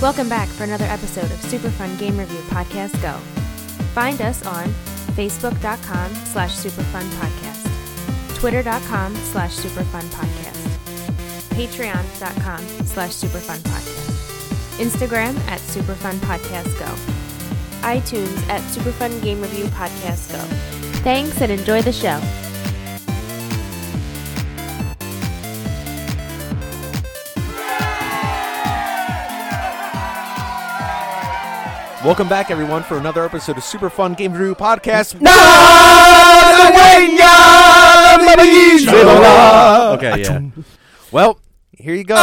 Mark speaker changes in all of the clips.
Speaker 1: Welcome back for another episode of Super Fun Game Review Podcast Go. Find us on facebook.com slash superfunpodcast, twitter.com slash superfunpodcast, patreon.com slash superfunpodcast, Instagram at superfunpodcastgo, iTunes at Superfun Game Review Podcast Go. Thanks and enjoy the show.
Speaker 2: Welcome back, everyone, for another episode of Super Fun Game Review Podcast. Okay, yeah. Well, here you go.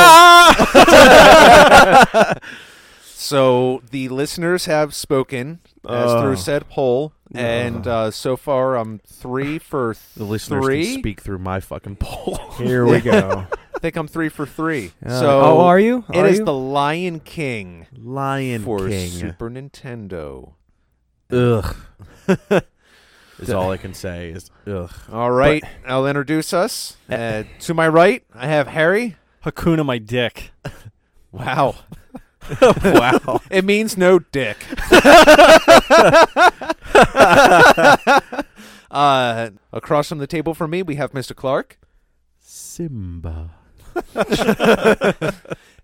Speaker 2: so the listeners have spoken as
Speaker 3: Oh.
Speaker 2: through said poll, and uh, so far I'm three for th-
Speaker 4: The listeners
Speaker 2: three.
Speaker 4: can speak through my fucking poll.
Speaker 3: Here we go.
Speaker 2: I think I'm three for three.
Speaker 3: Uh,
Speaker 2: so
Speaker 3: oh, are you?
Speaker 2: It
Speaker 3: Are
Speaker 2: is
Speaker 3: you?
Speaker 2: the Lion King
Speaker 4: Lion
Speaker 2: for
Speaker 4: King.
Speaker 2: Super Nintendo.
Speaker 4: Ugh. is all I can say is ugh.
Speaker 2: All right, I'll introduce us.
Speaker 3: Eh.
Speaker 2: Uh, to my right, I have Harry.
Speaker 5: Hakuna my dick.
Speaker 2: Wow,
Speaker 4: wow.
Speaker 2: it means no dick. uh, across from the table from me, we have Mr. Clark,
Speaker 4: Simba.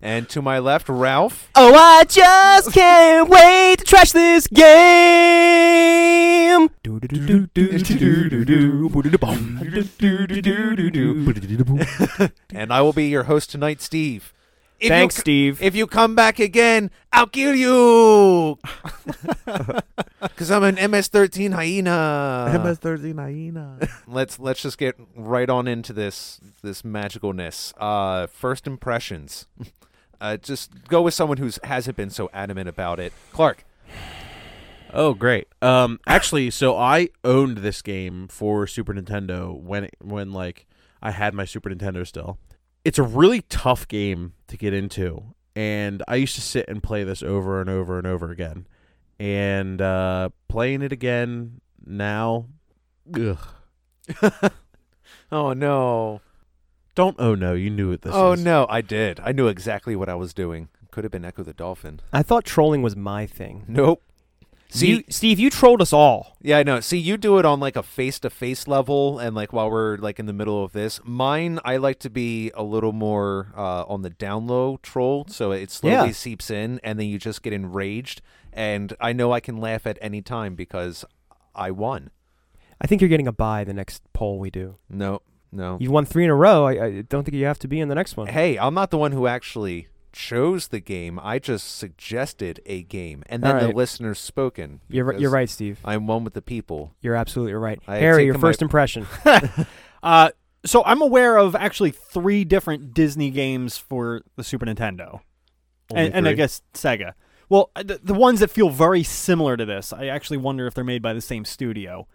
Speaker 2: and to my left, Ralph.
Speaker 3: Oh, I just can't wait to trash this game.
Speaker 2: And I will be your host tonight, Steve. If
Speaker 3: Thanks,
Speaker 2: you,
Speaker 3: Steve.
Speaker 2: If you come back again, I'll kill you. Because I'm an MS-13 hyena.
Speaker 4: thirteen hyena.
Speaker 2: let's let's just get right on into this this magicalness. Uh, first impressions. Uh, just go with someone who hasn't been so adamant about it. Clark.
Speaker 4: Oh, great. Um, actually, so I owned this game for Super Nintendo when it, when like I had my Super Nintendo still. It's a really tough game to get into, and I used to sit and play this over and over and over again. And uh, playing it again now, ugh,
Speaker 2: Oh no!
Speaker 4: don't oh no, you knew what this
Speaker 2: oh
Speaker 4: is.
Speaker 2: no! I did. I knew exactly what I was doing. Could have been Echo the Dolphin.
Speaker 3: I thought trolling was my thing.
Speaker 2: Nope. See,
Speaker 3: You- Steve, you trolled us all.
Speaker 2: yeah, I know. See, you do it on like a face-to-face level, and like while we're like in the middle of this. Mine, I like to be a little more uh, on the down low troll, so it slowly
Speaker 3: Yeah.
Speaker 2: seeps in, and then you just get enraged. And I know I can laugh at any time because I won.
Speaker 3: I think you're getting a buy the next poll we do.
Speaker 2: No, no.
Speaker 3: You won three in a row. I, I don't think you have to be in the next one.
Speaker 2: Oh. Hey, I'm not the one who actually chose the game. I just suggested a game, and then the
Speaker 3: Alright.
Speaker 2: listeners spoken.
Speaker 3: You're, ri- you're
Speaker 2: because
Speaker 3: right, Steve.
Speaker 2: I'm one with the people.
Speaker 3: You're absolutely right.
Speaker 2: I had
Speaker 3: Harry, your
Speaker 2: taken my-
Speaker 3: first impression.
Speaker 5: Uh, so I'm aware of actually three different Disney games for the Super Nintendo,
Speaker 4: Only
Speaker 5: and, and I
Speaker 4: three.
Speaker 5: guess Sega. Well, uh, the, the ones that feel very similar to this, I actually wonder if they're made by the same studio.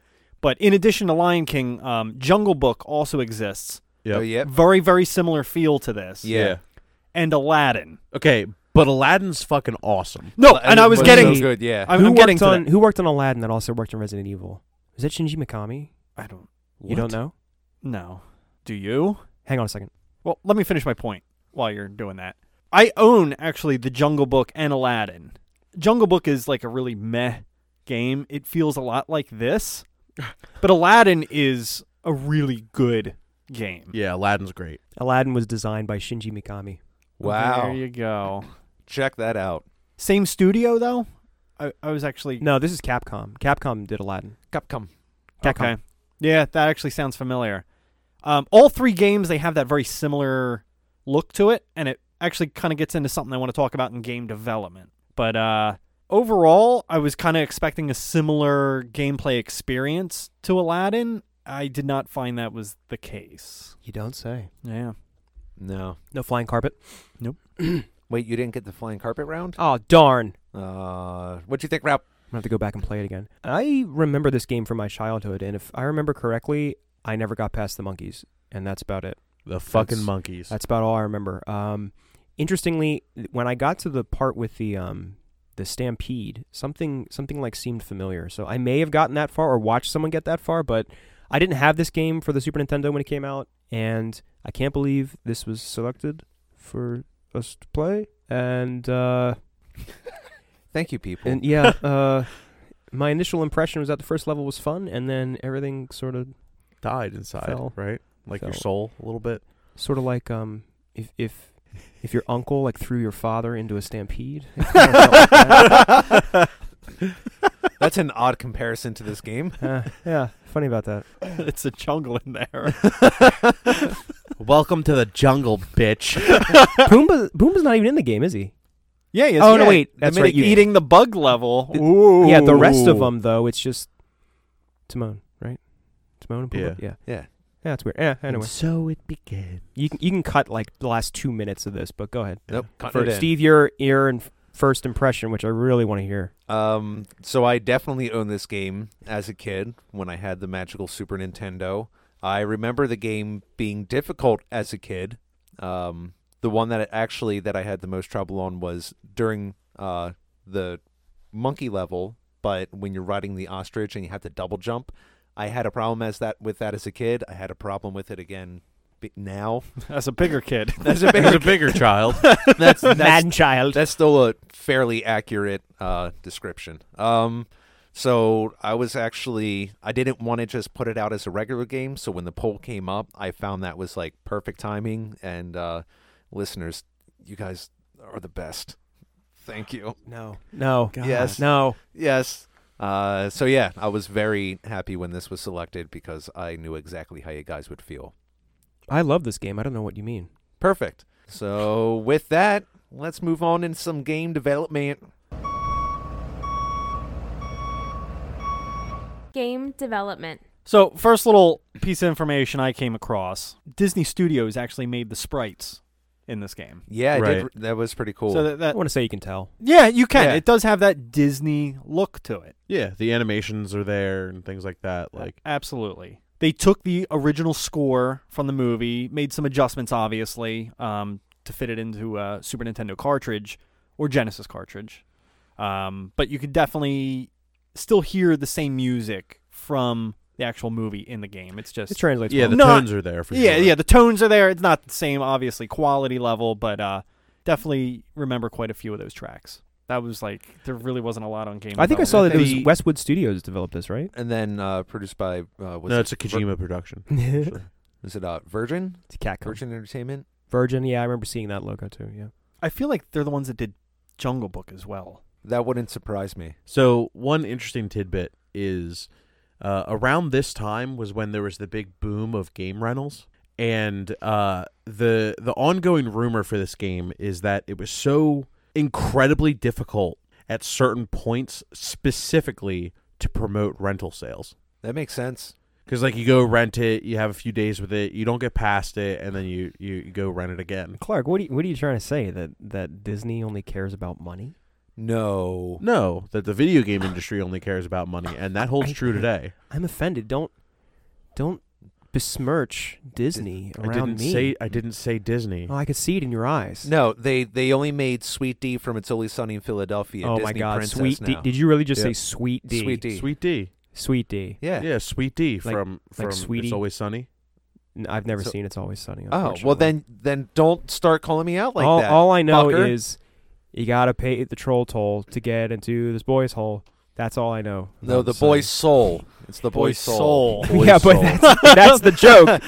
Speaker 5: But in addition to Lion King, um, Jungle Book also exists.
Speaker 4: Yep.
Speaker 2: Oh yeah,
Speaker 5: Very, very similar feel to this.
Speaker 2: yeah.
Speaker 5: And Aladdin.
Speaker 4: Okay, but Aladdin's fucking awesome.
Speaker 5: No, Oh, and I was
Speaker 2: so
Speaker 5: getting.
Speaker 2: good. Yeah,
Speaker 5: I'm,
Speaker 3: who
Speaker 5: I'm
Speaker 3: worked
Speaker 5: getting to
Speaker 3: on
Speaker 5: that.
Speaker 3: who worked on Aladdin that also worked on Resident Evil? Is that Shinji Mikami?
Speaker 5: I don't.
Speaker 3: You
Speaker 5: what?
Speaker 3: don't know?
Speaker 5: No. Do you?
Speaker 3: Hang on a second.
Speaker 5: Well, let me finish my point while you're doing that. I own actually the Jungle Book and Aladdin. Jungle Book is like a really meh game. It feels a lot like this, but Aladdin is a really good game.
Speaker 4: Yeah, Aladdin's great.
Speaker 3: Aladdin was designed by Shinji Mikami.
Speaker 2: wow.
Speaker 5: There you go.
Speaker 2: Check that out.
Speaker 5: Same studio though. I, I was actually
Speaker 3: No, this is Capcom. Capcom did Aladdin.
Speaker 2: Capcom.
Speaker 3: Capcom.
Speaker 5: Okay. Yeah, that actually sounds familiar. Um, all three games they have that very similar look to it, and it actually kind of gets into something I want to talk about in game development. But uh, overall, I was kind of expecting a similar gameplay experience to Aladdin. I did not find that was the case.
Speaker 3: You don't say.
Speaker 5: Yeah.
Speaker 2: No.
Speaker 3: No flying carpet.
Speaker 2: Wait, you didn't get the flying carpet round?
Speaker 3: Oh darn!
Speaker 2: Uh, what'd you think, Ralph?
Speaker 3: I'm gonna have to go back and play it again. I remember this game from my childhood, and if I remember correctly, I never got past the monkeys, and that's about it.
Speaker 4: The fucking
Speaker 3: That's-
Speaker 4: monkeys.
Speaker 3: That's about all I remember. Um, interestingly, th- when I got to the part with the um, the stampede, something something like seemed familiar. So I may have gotten that far or watched someone get that far, but I didn't have this game for the Super Nintendo when it came out, and I can't believe this was selected for us to play. And uh,
Speaker 2: Thank you, people.
Speaker 3: And yeah, uh, my initial impression was that the first level was fun, and then everything sort of,
Speaker 4: died inside,
Speaker 3: Fell.
Speaker 4: right? Like your
Speaker 3: Fell.
Speaker 4: soul a little bit.
Speaker 3: sort of like um, if if if your uncle like threw your father into a stampede. It kinda felt like that.
Speaker 2: That's an odd comparison to this game.
Speaker 3: Uh, yeah, funny about that.
Speaker 5: it's a jungle in there.
Speaker 4: Welcome to the jungle, bitch.
Speaker 3: Boomba Boomba's not even in the game, is he?
Speaker 5: yeah, yes,
Speaker 3: Oh, no,
Speaker 5: yeah.
Speaker 3: wait,
Speaker 5: The
Speaker 3: that's
Speaker 5: minute
Speaker 3: right, you-
Speaker 5: eating the bug level.
Speaker 3: It-
Speaker 5: Ooh.
Speaker 3: Yeah, the rest of them though, it's just Timon, right? Timon and Pumbaa. Yeah,
Speaker 2: Yeah.
Speaker 3: yeah, it's weird. Yeah, anyway,
Speaker 4: so it began.
Speaker 3: you can you can cut like the last two minutes of this, but go ahead.
Speaker 2: Nope. cut
Speaker 3: For
Speaker 2: it in.
Speaker 3: Steve, your ear and first impression, which I really want to hear.
Speaker 2: Um, so I definitely owned this game as a kid when I had the magical Super Nintendo. I remember the game being difficult as a kid. Um, the one that actually that I had the most trouble on was during uh, the monkey level, but when you're riding the ostrich and you have to double jump, I had a problem as that with that as a kid. I had a problem with it again b- now.
Speaker 5: As a bigger kid.
Speaker 2: That's a
Speaker 4: There's
Speaker 2: bigger,
Speaker 4: a bigger child.
Speaker 2: that's, that's
Speaker 3: Mad child.
Speaker 2: that's still a fairly accurate uh, description. Um, so I was actually I didn't want to just put it out as a regular game. So when the poll came up, I found that was like perfect timing. And uh, listeners, you guys are the best. Thank you.
Speaker 3: No, no,
Speaker 2: Yes.
Speaker 3: no.
Speaker 2: Yes. Uh, so yeah, I was very happy when this was selected because I knew exactly how you guys would feel.
Speaker 3: I love this game. I don't know what you mean.
Speaker 2: Perfect. So with that, let's move on in some game development.
Speaker 1: Game development.
Speaker 5: So, first little piece of information I came across Disney Studios actually made the sprites in this game.
Speaker 2: Yeah, I
Speaker 4: Right.
Speaker 2: did, that was pretty cool.
Speaker 5: So that,
Speaker 3: I
Speaker 5: that
Speaker 3: want to say you can tell.
Speaker 5: yeah, you can.
Speaker 2: Yeah.
Speaker 5: It does have that Disney look to it.
Speaker 4: yeah, the animations are there and things like that. Like
Speaker 5: absolutely. They took the original score from the movie, made some adjustments, obviously, um, to fit it into a Super Nintendo cartridge or Genesis cartridge. Um, but you could definitely still hear the same music from the actual movie in the game. It's just
Speaker 3: It translates.
Speaker 4: yeah,
Speaker 3: well.
Speaker 4: the
Speaker 5: Not-
Speaker 4: tones are there for
Speaker 5: yeah,
Speaker 4: sure.
Speaker 5: yeah. The tones are there. It's not the same, obviously, quality level, but uh, definitely remember quite a few of those tracks. That was like there really wasn't a lot on game.
Speaker 3: I think I saw that it
Speaker 5: development.
Speaker 3: was Westwood Studios developed this, right?
Speaker 2: and then uh, produced by uh, was
Speaker 4: no,
Speaker 2: it,
Speaker 4: it's a Kojima production.
Speaker 3: it's
Speaker 4: actually.
Speaker 2: is it uh, Virgin
Speaker 3: Capcom.
Speaker 2: Virgin Entertainment?
Speaker 3: Virgin. Yeah, I remember seeing that logo too. Yeah.
Speaker 5: I feel like they're the ones that did Jungle Book as well.
Speaker 2: That wouldn't surprise me.
Speaker 4: So one interesting tidbit is uh, around this time was when there was the big boom of game rentals, and uh, the the ongoing rumor for this game is that it was so incredibly difficult at certain points, specifically to promote rental sales.
Speaker 2: That makes sense.
Speaker 4: Because like you go rent it, you have a few days with it, you don't get past it, and then you you, you go rent it again.
Speaker 3: Clark, what are you, what are you trying to say that that Disney only cares about money?
Speaker 2: No,
Speaker 4: No, that the video game industry only cares about money, and that holds true today.
Speaker 3: I'm offended. Don't don't besmirch Disney
Speaker 4: I
Speaker 3: around
Speaker 4: didn't
Speaker 3: me.
Speaker 4: say I didn't say Disney.
Speaker 3: oh, I could see it in your eyes.
Speaker 2: no. They they only made Sweet D from It's Always Sunny in Philadelphia.
Speaker 3: oh
Speaker 2: Disney
Speaker 3: my God,
Speaker 2: princess
Speaker 3: sweet D.
Speaker 2: now.
Speaker 3: Did you really just
Speaker 2: Yeah.
Speaker 3: say sweet D?
Speaker 2: Sweet D.
Speaker 4: Sweet D.
Speaker 3: Sweet D.
Speaker 2: yeah.
Speaker 4: Yeah, Sweet D
Speaker 3: Like-
Speaker 4: from from
Speaker 3: like Sweetie?
Speaker 4: It's Always Sunny.
Speaker 3: N- I've never
Speaker 2: So-
Speaker 3: seen It's Always Sunny.
Speaker 2: Oh well,
Speaker 3: unfortunately.
Speaker 2: then then don't start calling me out like
Speaker 3: all,
Speaker 2: that.
Speaker 3: all I know
Speaker 2: fucker.
Speaker 3: is you gotta pay the troll toll to get into this boy's hole. That's all I know.
Speaker 2: no,
Speaker 3: about
Speaker 2: the
Speaker 3: Sunny.
Speaker 2: boy's soul. It's the boy's
Speaker 5: Boy's soul.
Speaker 2: Boy's
Speaker 3: yeah, but
Speaker 2: soul.
Speaker 3: that's, that's the joke.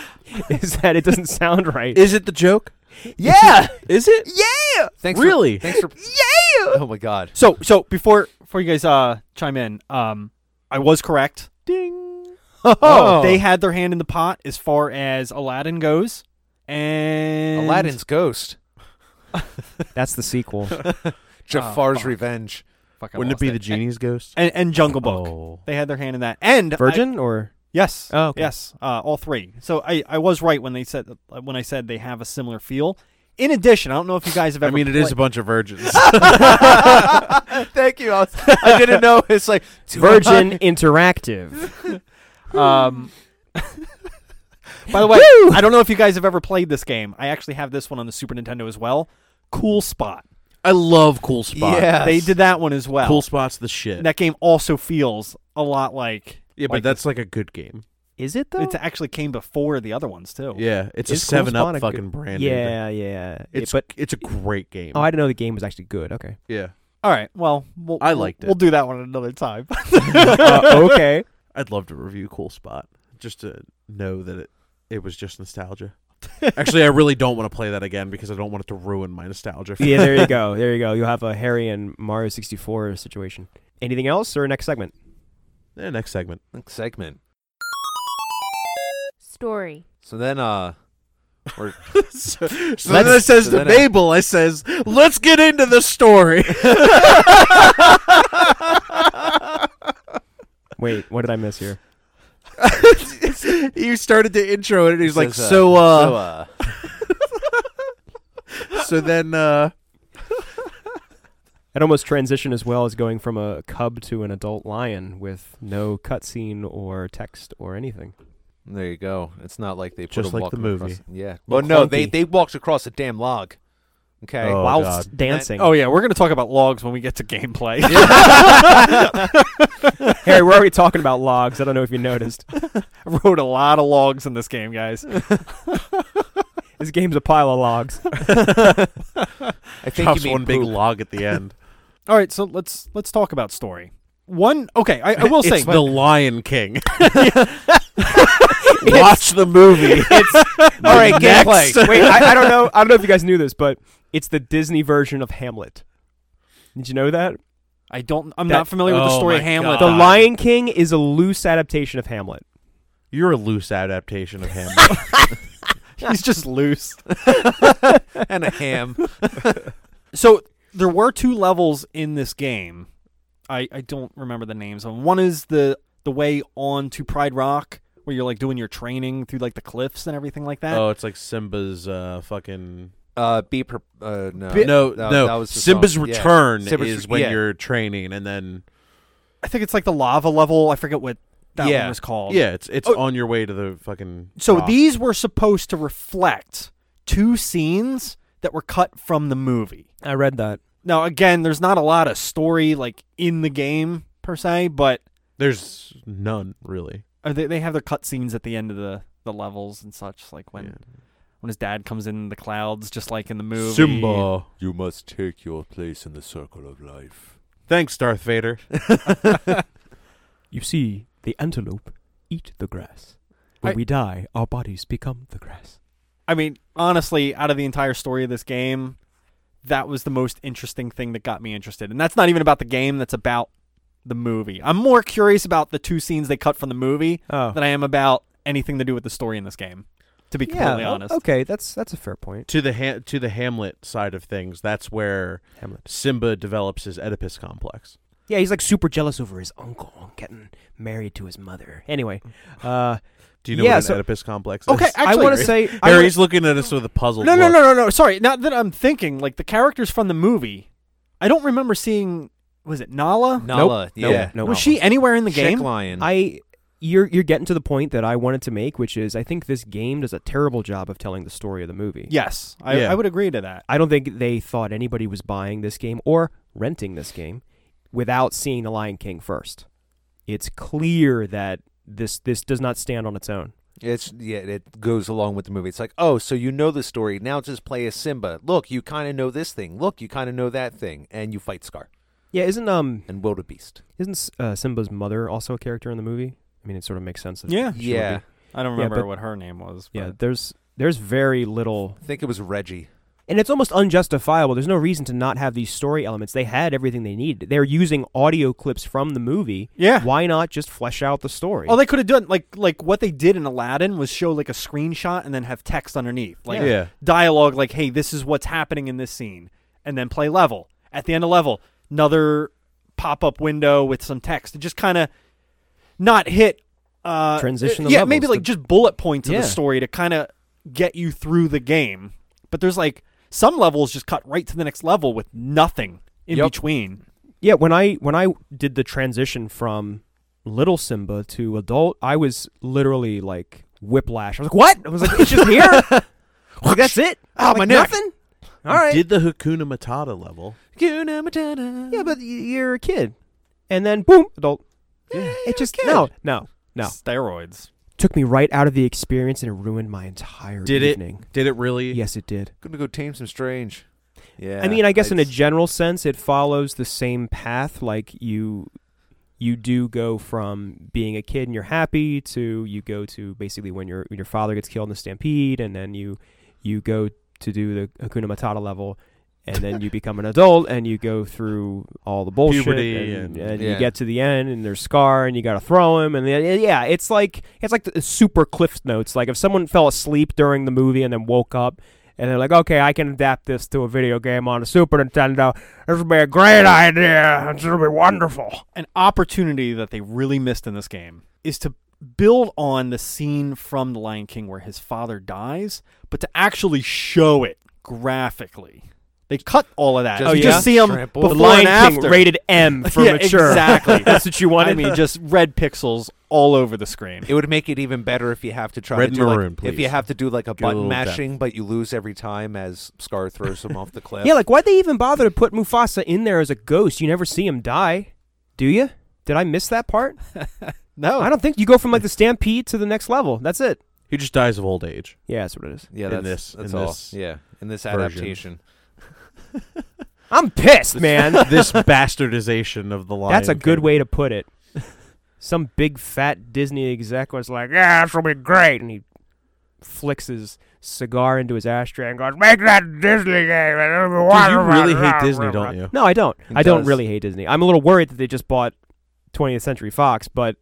Speaker 3: Is that it doesn't sound right?
Speaker 4: Is it the joke?
Speaker 2: yeah.
Speaker 4: Is it?
Speaker 2: Yeah. Thanks.
Speaker 4: Really?
Speaker 2: For, thanks for. yeah. Oh my God.
Speaker 5: So so before before you guys uh chime in, um I was correct.
Speaker 4: Ding.
Speaker 5: Oh. They had their hand in the pot as far as Aladdin goes. And
Speaker 2: Aladdin's ghost.
Speaker 3: That's the sequel.
Speaker 2: Jafar's
Speaker 5: fuck.
Speaker 2: revenge.
Speaker 5: Fuck, I
Speaker 4: Wouldn't it
Speaker 5: lost
Speaker 4: be the genie's ghost?
Speaker 5: and, and Jungle Book.
Speaker 4: Oh.
Speaker 5: They had their hand in that. And I-
Speaker 3: Virgin or
Speaker 5: yes.
Speaker 3: Oh, okay.
Speaker 5: Yes. Uh, all three. So I, I was right when they said when I said they have a similar feel. In addition, I don't know if you guys have
Speaker 4: I
Speaker 5: ever
Speaker 4: mean, it is a
Speaker 5: played-
Speaker 4: bunch of virgins.
Speaker 2: Thank you. I, was- I didn't know. It's like do
Speaker 3: Virgin Interactive.
Speaker 5: um By the way, I don't know if you guys have ever played this game. I actually have this one on the Super Nintendo as well. Cool Spot.
Speaker 4: I love Cool
Speaker 2: I-
Speaker 4: Spot.
Speaker 2: Yes.
Speaker 5: They did that one as well.
Speaker 4: Cool Spot's the shit.
Speaker 5: And that game also feels a lot like
Speaker 4: yeah, but
Speaker 5: like-
Speaker 4: that's like a good game.
Speaker 3: Is it though?
Speaker 5: it actually came before the other ones too.
Speaker 4: Yeah, it's a
Speaker 3: Oh. Is Cool
Speaker 4: Seven
Speaker 3: Spot a
Speaker 4: Up
Speaker 3: good-
Speaker 4: fucking brand. dude.
Speaker 3: yeah, yeah.
Speaker 4: it's
Speaker 3: but
Speaker 4: it's a great game.
Speaker 3: oh, I didn't know the game was actually good. Okay.
Speaker 4: yeah,
Speaker 5: All right. Well, we'll
Speaker 4: I
Speaker 5: we'll-
Speaker 4: liked it.
Speaker 5: We'll do that one another time.
Speaker 3: Uh, okay.
Speaker 4: I'd love to review Cool Spot just to know that it, it was just nostalgia. Actually, I really don't want to play that again because I don't want it to ruin my nostalgia.
Speaker 3: yeah, there you go. There you go. You'll have a Harry and Mario 64 situation. Anything else or next segment?
Speaker 4: Eh, next segment.
Speaker 2: Next segment.
Speaker 1: Story.
Speaker 2: So then, uh, we're
Speaker 4: so then I says
Speaker 2: so
Speaker 4: to
Speaker 2: then I-
Speaker 4: Mabel, I says, let's get into the story.
Speaker 3: Wait, what did I miss here?
Speaker 4: you started to intro it, and he's like,
Speaker 2: says,
Speaker 4: so, uh,
Speaker 2: uh,
Speaker 4: so, then, uh,
Speaker 3: That almost transitioned as well as going from a cub to an adult lion with no cutscene or text or anything.
Speaker 2: there you go. It's not like they put
Speaker 4: Just
Speaker 2: them
Speaker 4: like the
Speaker 2: walking
Speaker 4: movie.
Speaker 2: across- yeah.
Speaker 3: Well,
Speaker 2: Well, no, they
Speaker 3: clunky.
Speaker 2: they walked across a damn log. Okay.
Speaker 4: Oh, God.
Speaker 3: Whilst dancing.
Speaker 5: oh yeah, we're gonna talk about logs when we get to gameplay.
Speaker 3: Harry, we're already talking about logs. I don't know if you noticed.
Speaker 5: I wrote a lot of logs in this game, guys.
Speaker 3: This game's a pile of logs.
Speaker 2: I think
Speaker 4: drops
Speaker 2: you mean
Speaker 4: one big
Speaker 2: poop.
Speaker 4: log at the end.
Speaker 5: All right, so let's let's talk about story. One, okay, I, I will say,
Speaker 4: it's the Lion King. Watch the movie.
Speaker 3: All right,
Speaker 4: Next.
Speaker 3: gameplay. Wait, I, I don't know. I don't know if you guys knew this, but it's the Disney version of Hamlet. Did you know that?
Speaker 5: I don't, I'm
Speaker 3: That-
Speaker 5: not familiar with the
Speaker 4: oh
Speaker 5: story
Speaker 4: my
Speaker 5: of Hamlet.
Speaker 4: God.
Speaker 3: The
Speaker 4: Uh,
Speaker 3: Lion King is a loose adaptation of Hamlet.
Speaker 4: You're a loose adaptation of him.
Speaker 5: He's just loose.
Speaker 2: and a ham.
Speaker 5: So there were two levels in this game. I, I don't remember the names. of 'em. One is the the way on to Pride Rock, where you're like doing your training through like the cliffs and everything like that.
Speaker 4: oh, it's like Simba's uh, fucking.
Speaker 2: Uh, be per- uh, no,
Speaker 4: no,
Speaker 2: that-
Speaker 4: no.
Speaker 2: that was the
Speaker 4: Simba's
Speaker 2: song. Yeah.
Speaker 4: return
Speaker 2: Simba's
Speaker 4: is
Speaker 2: Re-
Speaker 4: when
Speaker 2: yeah.
Speaker 4: you're training, and then
Speaker 5: I think it's like the lava level. I forget what that
Speaker 2: Yeah.
Speaker 5: one was called.
Speaker 4: yeah, it's it's
Speaker 5: Oh.
Speaker 4: on your way to the fucking.
Speaker 5: So
Speaker 4: rock.
Speaker 5: these were supposed to reflect two scenes that were cut from the movie.
Speaker 3: I read that.
Speaker 5: Now, again, there's not a lot of story like in the game per se, but
Speaker 4: there's none really.
Speaker 5: uh, they, they have their cutscenes at the end of the, the levels and such, like when
Speaker 4: Yeah.
Speaker 5: when his dad comes in the clouds, just like in the movie.
Speaker 4: Simba,
Speaker 2: You must take your place in the circle of life.
Speaker 4: thanks, Darth Vader.
Speaker 3: You see, the antelope eat the grass. When
Speaker 5: I-
Speaker 3: we die, our bodies become the grass.
Speaker 5: I mean, honestly, out of the entire story of this game, that was the most interesting thing that got me interested. And that's not even about the game, that's about the movie. I'm more curious about the two scenes they cut from the movie
Speaker 3: Oh,
Speaker 5: than I am about anything to do with the story in this game, to be completely honest.
Speaker 3: Okay, that's that's a fair point.
Speaker 4: To the ha- to the Hamlet side of things, that's where
Speaker 3: Hamlet.
Speaker 4: Simba develops his Oedipus complex.
Speaker 3: Yeah, he's like super jealous over his uncle getting married to his mother. Anyway, uh,
Speaker 4: Do you know
Speaker 3: Yeah,
Speaker 4: what an
Speaker 3: so-
Speaker 4: Oedipus complex is?
Speaker 5: Okay, actually,
Speaker 3: I want to say, I wanna-
Speaker 4: Harry's looking at us with a puzzled
Speaker 5: No, no,
Speaker 4: look.
Speaker 5: no, no, no. Sorry. Not that I'm thinking. Like the characters from the movie, I don't remember seeing. Was it Nala?
Speaker 2: Nala,
Speaker 3: nope,
Speaker 2: yeah.
Speaker 3: nope.
Speaker 5: Was she anywhere in the
Speaker 2: Chick
Speaker 5: game?
Speaker 2: lion.
Speaker 3: I you're you're getting to the point that I wanted to make, which is I think this game does a terrible job of telling the story of the movie.
Speaker 5: Yes, I,
Speaker 4: Yeah.
Speaker 5: I would agree to that.
Speaker 3: I don't think they thought anybody was buying this game or renting this game without seeing The Lion King first. It's clear that this this does not stand on its own.
Speaker 2: It's yeah, it goes along with the movie. It's like, oh, so you know the story. Now just play as Simba. Look, you kind of know this thing. Look, you kind of know that thing, and you fight Scar
Speaker 3: Yeah, isn't um
Speaker 2: and Wildebeest.
Speaker 3: isn't S- uh, Simba's mother also a character in the movie? I mean, it sort of makes sense. That
Speaker 5: Yeah.
Speaker 3: she would
Speaker 2: Yeah,
Speaker 5: I don't
Speaker 3: Yeah,
Speaker 5: remember
Speaker 3: but-
Speaker 5: what her name was.
Speaker 3: be. yeah.
Speaker 5: but-
Speaker 3: There's there's very little,
Speaker 2: I think it was Reggie.
Speaker 3: and it's almost unjustifiable. There's no reason to not have these story elements. They had everything they needed. They're using audio clips from the movie.
Speaker 5: Yeah.
Speaker 3: Why not just flesh out the story?
Speaker 5: Oh, they could have done like like what they did in Aladdin was show like a screenshot and then have text underneath, like
Speaker 4: Yeah. Yeah.
Speaker 5: dialogue, like "Hey, this is what's happening in this scene," and then play level. At the end of level, another pop up window with some text to just kind of not hit uh,
Speaker 3: Transition
Speaker 5: uh,
Speaker 3: the
Speaker 5: Yeah, maybe
Speaker 3: levels
Speaker 5: like
Speaker 3: to-
Speaker 5: just bullet points of
Speaker 3: Yeah.
Speaker 5: the story to kind of get you through the game. But there's like some levels just cut right to the next level with nothing in
Speaker 2: Yep.
Speaker 5: between.
Speaker 3: Yeah, when I when I did the transition from little Simba to adult, I was literally like whiplash. I was like, "What?" I was like, "It's just here." like, that's it.
Speaker 4: Ah,
Speaker 2: Oh,
Speaker 3: Like, nothing. All right.
Speaker 4: Did the Hakuna Matata level?
Speaker 3: yeah, but y- you're a kid, and then boom, adult. it just no, no, no.
Speaker 5: Steroids.
Speaker 3: Took me right out of the experience and it ruined my entire
Speaker 4: Did it?
Speaker 3: evening.
Speaker 4: Did it really?
Speaker 3: Yes, it did.
Speaker 2: Gonna go tame some strange. Yeah.
Speaker 3: I mean, I guess in a
Speaker 2: it's-
Speaker 3: general sense, it follows the same path. Like you, you do go from being a kid and you're happy to you go to basically when your when your father gets killed in the stampede, and then you you go to do the Hakuna Matata level, and then you become an adult and you go through all the bullshit,
Speaker 4: Puberty
Speaker 3: and,
Speaker 4: and-
Speaker 3: and you
Speaker 2: Yeah.
Speaker 3: get to the end and there's Scar and you gotta throw him, and then, yeah, it's like it's like the super cliff notes. Like if someone fell asleep during the movie and then woke up and they're like, okay, I can adapt this to a video game on a Super Nintendo. This would be a great idea. It's going to be wonderful.
Speaker 5: an opportunity that they really missed in this game is to build on the scene from The Lion King where his father dies, but to actually show it graphically. They cut all of that.
Speaker 2: Just
Speaker 5: you
Speaker 3: yeah?
Speaker 5: just see him
Speaker 2: Trampled.
Speaker 5: before
Speaker 3: the Lion
Speaker 5: and
Speaker 3: King
Speaker 5: after.
Speaker 3: rated M for
Speaker 5: Yeah,
Speaker 3: mature.
Speaker 5: exactly.
Speaker 3: That's what you wanted.
Speaker 5: I mean, just red pixels all over the screen.
Speaker 2: It would make it even better if you have to try
Speaker 4: Red
Speaker 2: to do like-
Speaker 4: maroon,
Speaker 2: if you
Speaker 4: please.
Speaker 2: have to do like a
Speaker 4: Give it a
Speaker 2: button
Speaker 4: little depth.
Speaker 2: mashing, but you lose every time as Scar throws him off the cliff.
Speaker 3: yeah, like why'd they even bother to put Mufasa in there as a ghost? You never see him die, do you? Did I miss that part?
Speaker 2: Oh.
Speaker 5: no,
Speaker 3: I don't think you go from like the stampede to the next level. That's it.
Speaker 4: He just dies of old age.
Speaker 3: Yeah, that's what it is.
Speaker 2: yeah,
Speaker 4: in
Speaker 2: that's
Speaker 4: this-
Speaker 2: that's
Speaker 4: in
Speaker 2: all.
Speaker 4: this
Speaker 2: yeah, in this
Speaker 4: version.
Speaker 2: adaptation.
Speaker 3: I'm pissed, man.
Speaker 4: this bastardization of the Lion
Speaker 3: That's a good
Speaker 4: King.
Speaker 3: way to put it. Some big fat Disney exec was like, "Yeah, this will be great," and he flicks his cigar into his ashtray and goes, "Make that Disney game." It'll be
Speaker 4: Dude, you
Speaker 3: wonderful."
Speaker 4: really hate Disney, don't you?
Speaker 3: No, I don't.
Speaker 2: He
Speaker 3: I don't
Speaker 2: does.
Speaker 3: really hate Disney. I'm a little worried that they just bought 20th Century Fox, but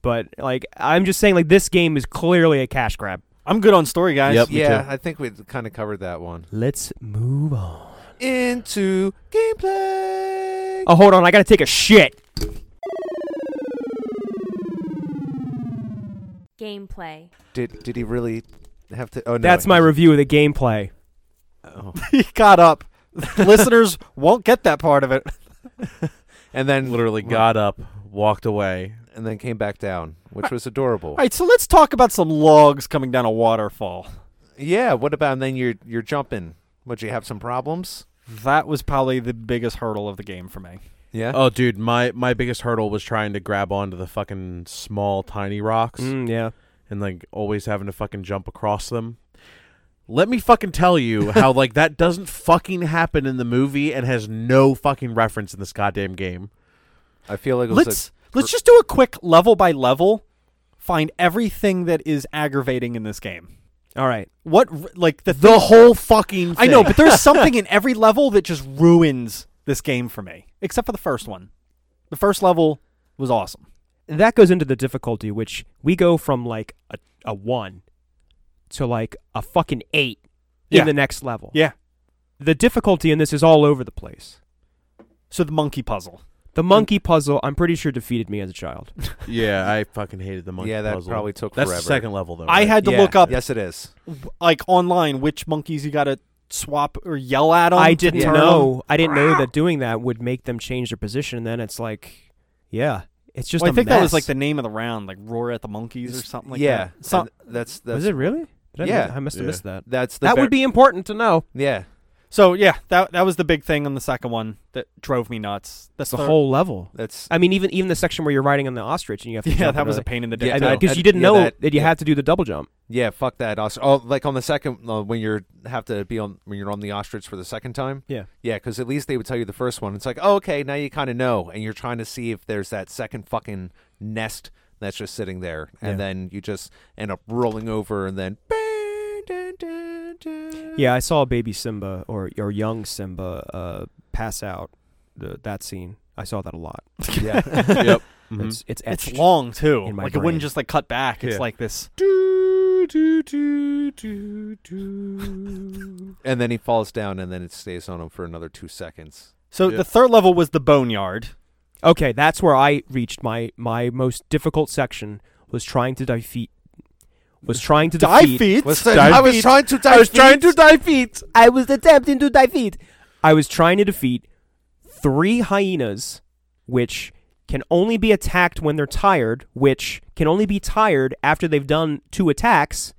Speaker 3: but like I'm just saying, like this game is clearly a cash grab.
Speaker 5: I'm good on story, guys.
Speaker 4: Yep. Me
Speaker 2: Yeah,
Speaker 4: too.
Speaker 2: I think we kind of covered that one.
Speaker 3: Let's move on.
Speaker 2: Into gameplay.
Speaker 3: Oh, hold on, I gotta take a shit.
Speaker 1: Gameplay.
Speaker 2: Did did he really have to? Oh no,
Speaker 3: That's
Speaker 2: he
Speaker 3: my
Speaker 2: doesn't.
Speaker 3: review of the gameplay.
Speaker 2: Oh.
Speaker 5: he got up. Listeners won't get that part of it.
Speaker 2: And then
Speaker 4: Literally got up, walked away.
Speaker 2: and then came back down, which was adorable.
Speaker 5: All right, so let's talk about some logs coming down a waterfall.
Speaker 2: Yeah. What about and then you're you're jumping? Would you have some problems?
Speaker 5: That was probably the biggest hurdle of the game for me.
Speaker 2: Yeah.
Speaker 4: Oh, dude, my my biggest hurdle was trying to grab onto the fucking small tiny rocks
Speaker 3: Mm, yeah.
Speaker 4: and like always having to fucking jump across them. Let me fucking tell you how like that doesn't fucking happen in the movie and has no fucking reference in this goddamn game.
Speaker 2: I feel like it was
Speaker 5: let's let's just do a quick level by level find everything that is aggravating in this game
Speaker 3: All right.
Speaker 5: what r- like the,
Speaker 4: The whole fucking
Speaker 5: i know but there's something in every level that just ruins this game for me except for the first one the first level was awesome
Speaker 3: that goes into the difficulty, which we go from like a, a one to like a fucking eight
Speaker 5: Yeah.
Speaker 3: in the next level.
Speaker 5: yeah
Speaker 3: The difficulty in this is all over the place.
Speaker 5: so the monkey puzzle
Speaker 3: The monkey puzzle, I'm pretty sure, defeated me as a child.
Speaker 4: Yeah, I fucking hated the monkey
Speaker 2: Yeah, that
Speaker 4: puzzle.
Speaker 2: probably took
Speaker 4: That's
Speaker 2: forever.
Speaker 4: the second level though.
Speaker 5: i
Speaker 4: right?
Speaker 5: had to
Speaker 2: Yeah,
Speaker 5: look up
Speaker 2: Yes, it is.
Speaker 5: w- like online which monkeys you gotta swap or yell at them
Speaker 3: I didn't know. I didn't know that doing that would make them change their position. And then it's like, yeah, it's just.
Speaker 5: well,
Speaker 3: a
Speaker 5: I think that was
Speaker 3: mess.
Speaker 5: like the name of the round, like roar at the monkeys or something like
Speaker 2: yeah.
Speaker 5: that. So,
Speaker 2: and that's that's
Speaker 3: Was it really? Did I-
Speaker 2: Yeah.
Speaker 3: I must have
Speaker 4: Yeah.
Speaker 3: missed that.
Speaker 2: that's the
Speaker 3: That
Speaker 2: ver-
Speaker 3: would be important to know.
Speaker 2: yeah.
Speaker 5: so yeah, that that was the big thing on the second one that drove me nuts. That's
Speaker 3: That's the whole level.
Speaker 2: That's
Speaker 3: I mean, even even the section where you're riding on the ostrich and you have to.
Speaker 5: Yeah,
Speaker 3: jump
Speaker 5: that
Speaker 3: into
Speaker 5: was
Speaker 3: the-
Speaker 5: a pain in the
Speaker 2: Yeah,
Speaker 5: dick.
Speaker 3: I
Speaker 5: too.
Speaker 3: mean, because
Speaker 2: And-
Speaker 3: you didn't
Speaker 2: yeah,
Speaker 3: know
Speaker 2: that-
Speaker 3: that, you
Speaker 2: yeah.
Speaker 3: had to do the double jump.
Speaker 2: yeah. Fuck that. Ostr- oh, like on the second uh, when you're have to be on when you're on the ostrich for the second time.
Speaker 3: Yeah.
Speaker 2: Yeah, because at least they would tell you the first one. It's like, oh, okay, now you kind of know, and you're trying to see if there's that second fucking nest that's just sitting there, and
Speaker 3: Yeah.
Speaker 2: then you just end up rolling over, and then. dun, dun, dun.
Speaker 3: Yeah, I saw baby Simba or or young Simba uh, pass out. The, that scene, I saw that a lot.
Speaker 2: yeah.
Speaker 4: yep. Mhm.
Speaker 3: It's Mm-hmm. it's
Speaker 5: it's
Speaker 3: etched.
Speaker 5: long too.
Speaker 3: in my
Speaker 5: Like it
Speaker 3: brain.
Speaker 5: wouldn't just like cut back. It's
Speaker 4: Yeah.
Speaker 5: like this.
Speaker 4: Do, do, do, do, do.
Speaker 2: and then he falls down, and then it stays on him for another two seconds.
Speaker 5: So
Speaker 4: Yeah.
Speaker 5: the third level was the boneyard.
Speaker 3: Okay, that's where I reached my my most difficult section was trying to defeat was trying to defeat.
Speaker 5: feet.
Speaker 2: Listen,
Speaker 4: Dive
Speaker 2: I was
Speaker 4: feet.
Speaker 2: trying to dive
Speaker 4: I was trying to
Speaker 2: feet.
Speaker 4: defeat.
Speaker 3: I was attempting to defeat. I was trying to defeat three hyenas, which can only be attacked when they're tired, which can only be tired after they've done two attacks.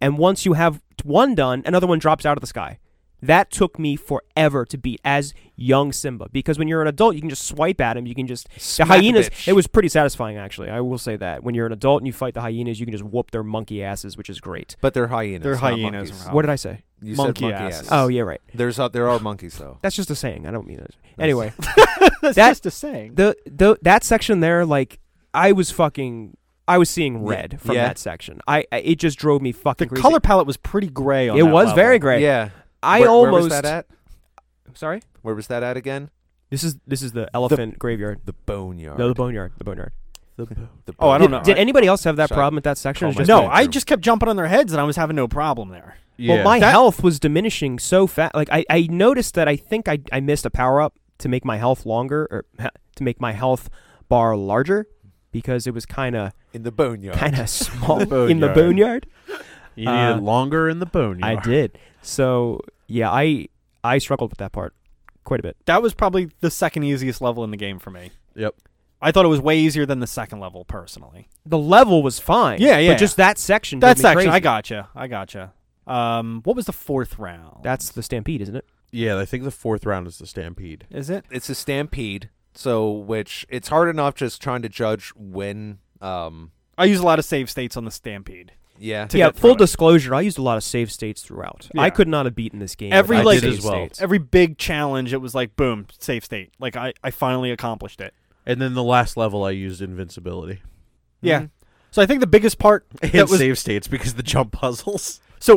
Speaker 3: And once you have t- one done, another one drops out of the sky. That took me forever to beat as young Simba because when you're an adult, you can just swipe at him. You can just
Speaker 2: Smack
Speaker 3: the hyenas.
Speaker 2: bitch.
Speaker 3: It was pretty satisfying, actually. I will say that when you're an adult and you fight the hyenas, you can just whoop their monkey asses, which is great.
Speaker 2: But they're hyenas.
Speaker 5: They're
Speaker 2: not
Speaker 5: hyenas,
Speaker 2: monkeys.
Speaker 5: Rob.
Speaker 3: What did I say?
Speaker 2: You
Speaker 5: Monkey
Speaker 2: said monkey
Speaker 5: asses.
Speaker 2: asses.
Speaker 3: Oh yeah, right.
Speaker 2: There's uh, there are monkeys though.
Speaker 3: That's just a saying. I don't mean it. Anyway,
Speaker 5: That's
Speaker 3: That-
Speaker 5: just a saying.
Speaker 3: the the that section there, like I was fucking, I was seeing red from
Speaker 2: Yeah.
Speaker 3: that section. I, I it just drove me
Speaker 5: The
Speaker 3: fucking. crazy.
Speaker 5: color palette was pretty gray on
Speaker 3: It
Speaker 5: that
Speaker 3: was
Speaker 5: level.
Speaker 3: very great.
Speaker 2: Yeah.
Speaker 3: I
Speaker 2: Where-
Speaker 3: almost.
Speaker 2: Where was that at?
Speaker 3: Sorry.
Speaker 2: Where was that at again?
Speaker 3: This is this is the elephant graveyard.
Speaker 2: The boneyard.
Speaker 3: No, the boneyard. The boneyard.
Speaker 2: The
Speaker 5: Oh, I
Speaker 2: boneyard.
Speaker 5: don't know.
Speaker 3: Did anybody else have that
Speaker 2: Sorry.
Speaker 3: problem at that section? or
Speaker 2: Oh
Speaker 3: is
Speaker 2: my
Speaker 3: just
Speaker 5: No,
Speaker 3: me?
Speaker 2: Right,
Speaker 5: I
Speaker 2: true.
Speaker 5: just kept jumping on their heads, and I was having no problem there.
Speaker 4: Yeah.
Speaker 3: Well, my
Speaker 5: That-
Speaker 3: health was diminishing so fast. Like I, I noticed that I think I, I missed a power up to make my health longer or to make my health bar larger because it was kind of
Speaker 2: In the boneyard.
Speaker 3: kind of small
Speaker 4: boneyard.
Speaker 3: in the boneyard.
Speaker 4: you need
Speaker 3: uh,
Speaker 4: it longer in the bone.
Speaker 3: I did. So yeah, I I struggled with that part quite a bit.
Speaker 5: That was probably the second easiest level in the game for me.
Speaker 4: Yep.
Speaker 5: I thought it was way easier than the second level, personally.
Speaker 3: The level was fine.
Speaker 5: Yeah, yeah,
Speaker 3: But just that section. drove
Speaker 5: That's
Speaker 3: me
Speaker 5: actually I
Speaker 3: crazy.
Speaker 5: gotcha. I gotcha. Um, what was the fourth round?
Speaker 3: That's the stampede, isn't it?
Speaker 4: Yeah, I think the fourth round is the stampede.
Speaker 5: is it.
Speaker 2: it's a stampede. So which it's hard enough just trying to judge when. Um.
Speaker 5: I use a lot of save states on the Stampede.
Speaker 2: Yeah.
Speaker 5: To
Speaker 3: yeah.
Speaker 5: get
Speaker 3: Full
Speaker 5: through it.
Speaker 3: disclosure, I used a lot of save states throughout.
Speaker 5: Yeah.
Speaker 3: I could not have beaten this game.
Speaker 5: Every,
Speaker 3: without
Speaker 5: like- I did
Speaker 3: save
Speaker 4: as well.
Speaker 3: states.
Speaker 5: Every big challenge, it was like boom, save state. Like I, I finally accomplished it.
Speaker 4: And then the last level, I used invincibility.
Speaker 5: Yeah.
Speaker 2: Mhm.
Speaker 5: Mm-hmm. So I think the biggest part
Speaker 4: And
Speaker 5: that was
Speaker 4: save states because the jump puzzles.
Speaker 5: so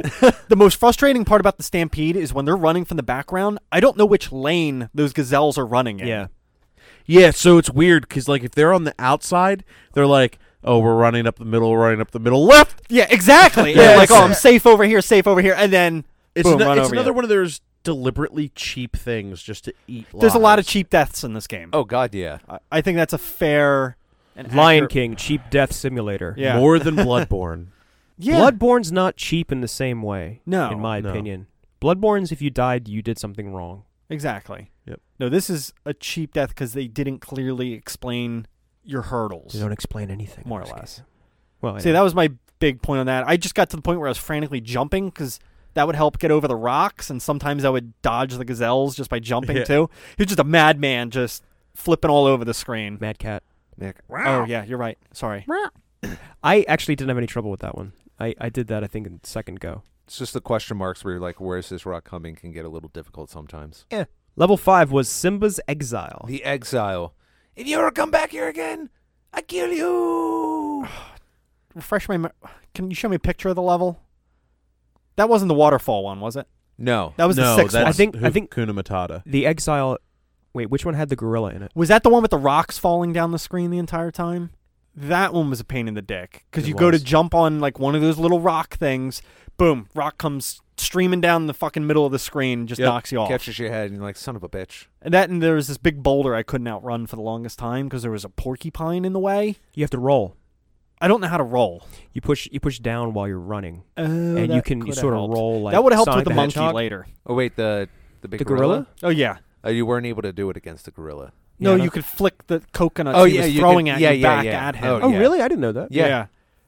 Speaker 5: the most frustrating part about the Stampede is when they're running from the background. I don't know which lane those gazelles are running in.
Speaker 3: Yeah.
Speaker 4: Yeah, so it's weird because like if they're on the outside, they're like, "Oh, we're running up the middle, running up the middle, left."
Speaker 5: Yeah, exactly.
Speaker 4: Yeah,
Speaker 5: yeah, like,
Speaker 4: it's-
Speaker 5: oh, I'm safe over here, safe over here, and then
Speaker 4: It's,
Speaker 5: Boom,
Speaker 4: ano-
Speaker 5: run
Speaker 4: it's
Speaker 5: over
Speaker 4: another
Speaker 5: you.
Speaker 4: one of those deliberately cheap things just to eat.
Speaker 5: there's a lot of
Speaker 4: lives.
Speaker 5: cheap deaths in this game.
Speaker 2: Oh God. Yeah.
Speaker 5: I, I think that's a fair. And
Speaker 3: Lion
Speaker 5: accurate-
Speaker 3: King, cheap death simulator.
Speaker 5: Yeah.
Speaker 4: more than Bloodborne.
Speaker 5: Yeah.
Speaker 3: Bloodborne's not cheap in the same way.
Speaker 5: No.
Speaker 3: in my
Speaker 4: no.
Speaker 3: opinion, Bloodborne's if you died, you did something wrong.
Speaker 5: Exactly.
Speaker 4: Yep.
Speaker 5: No, this is a cheap death because they didn't clearly explain your hurdles.
Speaker 3: They don't explain anything.
Speaker 5: More or
Speaker 3: Just
Speaker 5: less.
Speaker 3: kidding. Well,
Speaker 5: See, that was my big point on that. I just got to the point where I was frantically jumping because that would help get over the rocks, and sometimes I would dodge the gazelles just by jumping
Speaker 4: Yeah.
Speaker 5: too. He was just a madman, just flipping all over the screen.
Speaker 3: Mad Cat.
Speaker 2: Nick.
Speaker 5: Oh yeah, you're right. Sorry.
Speaker 3: I actually didn't have any trouble with that one. I, I did that I think in second go.
Speaker 2: It's just the question marks where you're like, where is this rock coming? Can get a little difficult sometimes.
Speaker 3: Level five was Simba's Exile.
Speaker 2: The exile. If you ever come back here again, I kill you.
Speaker 5: Refresh my. me- Can you show me a picture of the level? That wasn't the waterfall one, was it?
Speaker 2: No.
Speaker 5: That was
Speaker 4: no,
Speaker 5: the sixth
Speaker 4: that's
Speaker 5: one.
Speaker 3: I think- I
Speaker 4: Hu-
Speaker 3: think-
Speaker 4: Hakuna Matata.
Speaker 3: The Exile. Wait, which one had the gorilla in it?
Speaker 5: Was that the one with the rocks falling down the screen the entire time? That one was a pain in the dick because
Speaker 4: It
Speaker 5: you go to
Speaker 4: was.
Speaker 5: jump on like one of those little rock things, boom, rock comes streaming down the fucking middle of the screen, and just
Speaker 4: Yep,
Speaker 5: knocks you off.
Speaker 2: Catches your head and you're like, son of a bitch.
Speaker 5: And that and there was this big boulder I couldn't outrun for the longest time because there was a porcupine in the way.
Speaker 3: You have to roll.
Speaker 5: I don't know how to roll.
Speaker 3: You push you push down while you're running,
Speaker 2: Oh,
Speaker 5: Uh,
Speaker 3: and you can you sort of roll like
Speaker 5: that would have helped
Speaker 3: Sonic
Speaker 5: with the, monkey
Speaker 3: Hedgehog.
Speaker 5: later.
Speaker 2: Oh wait, the the big
Speaker 3: The gorilla?
Speaker 5: Oh yeah.
Speaker 2: Uh, you weren't able to do it against the gorilla.
Speaker 5: No,
Speaker 3: Yeah, that-
Speaker 5: you could flick the coconuts
Speaker 2: Oh,
Speaker 5: he
Speaker 2: yeah,
Speaker 5: was
Speaker 2: you
Speaker 5: throwing
Speaker 2: could-
Speaker 5: at
Speaker 2: yeah,
Speaker 5: you
Speaker 2: yeah,
Speaker 5: back
Speaker 2: yeah.
Speaker 5: at him.
Speaker 2: Oh,
Speaker 3: Oh
Speaker 2: yeah.
Speaker 3: really? I didn't know that.
Speaker 2: Yeah.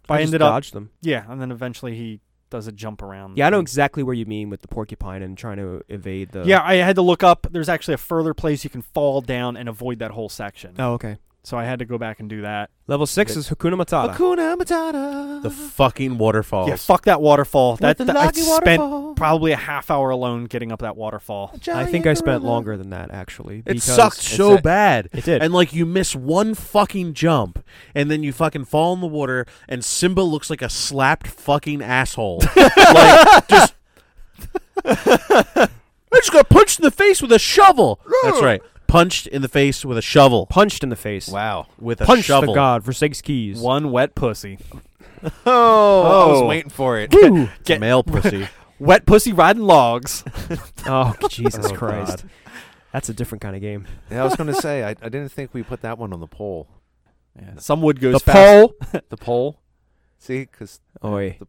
Speaker 5: But I,
Speaker 3: just
Speaker 5: ended up
Speaker 3: dodged them.
Speaker 5: yeah, and then eventually he does a jump around.
Speaker 3: Yeah, I uh, know
Speaker 5: thing.
Speaker 3: exactly where you mean with the porcupine and trying to evade the.
Speaker 5: Yeah, I had to look up. There's actually a further place you can fall down and avoid that whole section.
Speaker 3: Oh, okay.
Speaker 5: So I had to go back and do that.
Speaker 3: Level six
Speaker 2: Okay.
Speaker 3: is Hakuna Matata.
Speaker 2: Hakuna Matata.
Speaker 4: The fucking
Speaker 3: Oh.
Speaker 4: waterfalls.
Speaker 5: Yeah, fuck that waterfall. That,
Speaker 2: With
Speaker 5: that- I
Speaker 2: loggy
Speaker 5: spent
Speaker 2: waterfall.
Speaker 5: probably a half hour alone getting up that waterfall.
Speaker 3: I think I spent longer than that actually.
Speaker 4: It
Speaker 3: because
Speaker 4: sucked so
Speaker 2: a-
Speaker 4: bad.
Speaker 3: It did.
Speaker 4: And like you miss one fucking jump, and then you fucking fall in the water, and Simba looks like a slapped fucking asshole. like just. I just got punched in the face with a shovel. That's right. Punched in the face with a shovel.
Speaker 3: punched in the face.
Speaker 2: Wow.
Speaker 4: With a
Speaker 3: Punch
Speaker 4: shovel.
Speaker 3: the god for six keys.
Speaker 5: One wet pussy.
Speaker 2: Oh, I was
Speaker 5: Oh.
Speaker 2: waiting for it.
Speaker 3: Woo!
Speaker 5: Get-
Speaker 4: Male pussy.
Speaker 5: Wet pussy riding logs.
Speaker 3: oh Jesus
Speaker 4: Oh,
Speaker 3: Christ!
Speaker 4: God.
Speaker 3: That's a different kind of game.
Speaker 2: Yeah, I was going to say, I, I didn't think we put that one on the poll.
Speaker 5: Some wood goes
Speaker 3: The
Speaker 5: fast.
Speaker 3: pole.
Speaker 2: The poll? See, because
Speaker 3: Oi.
Speaker 2: The-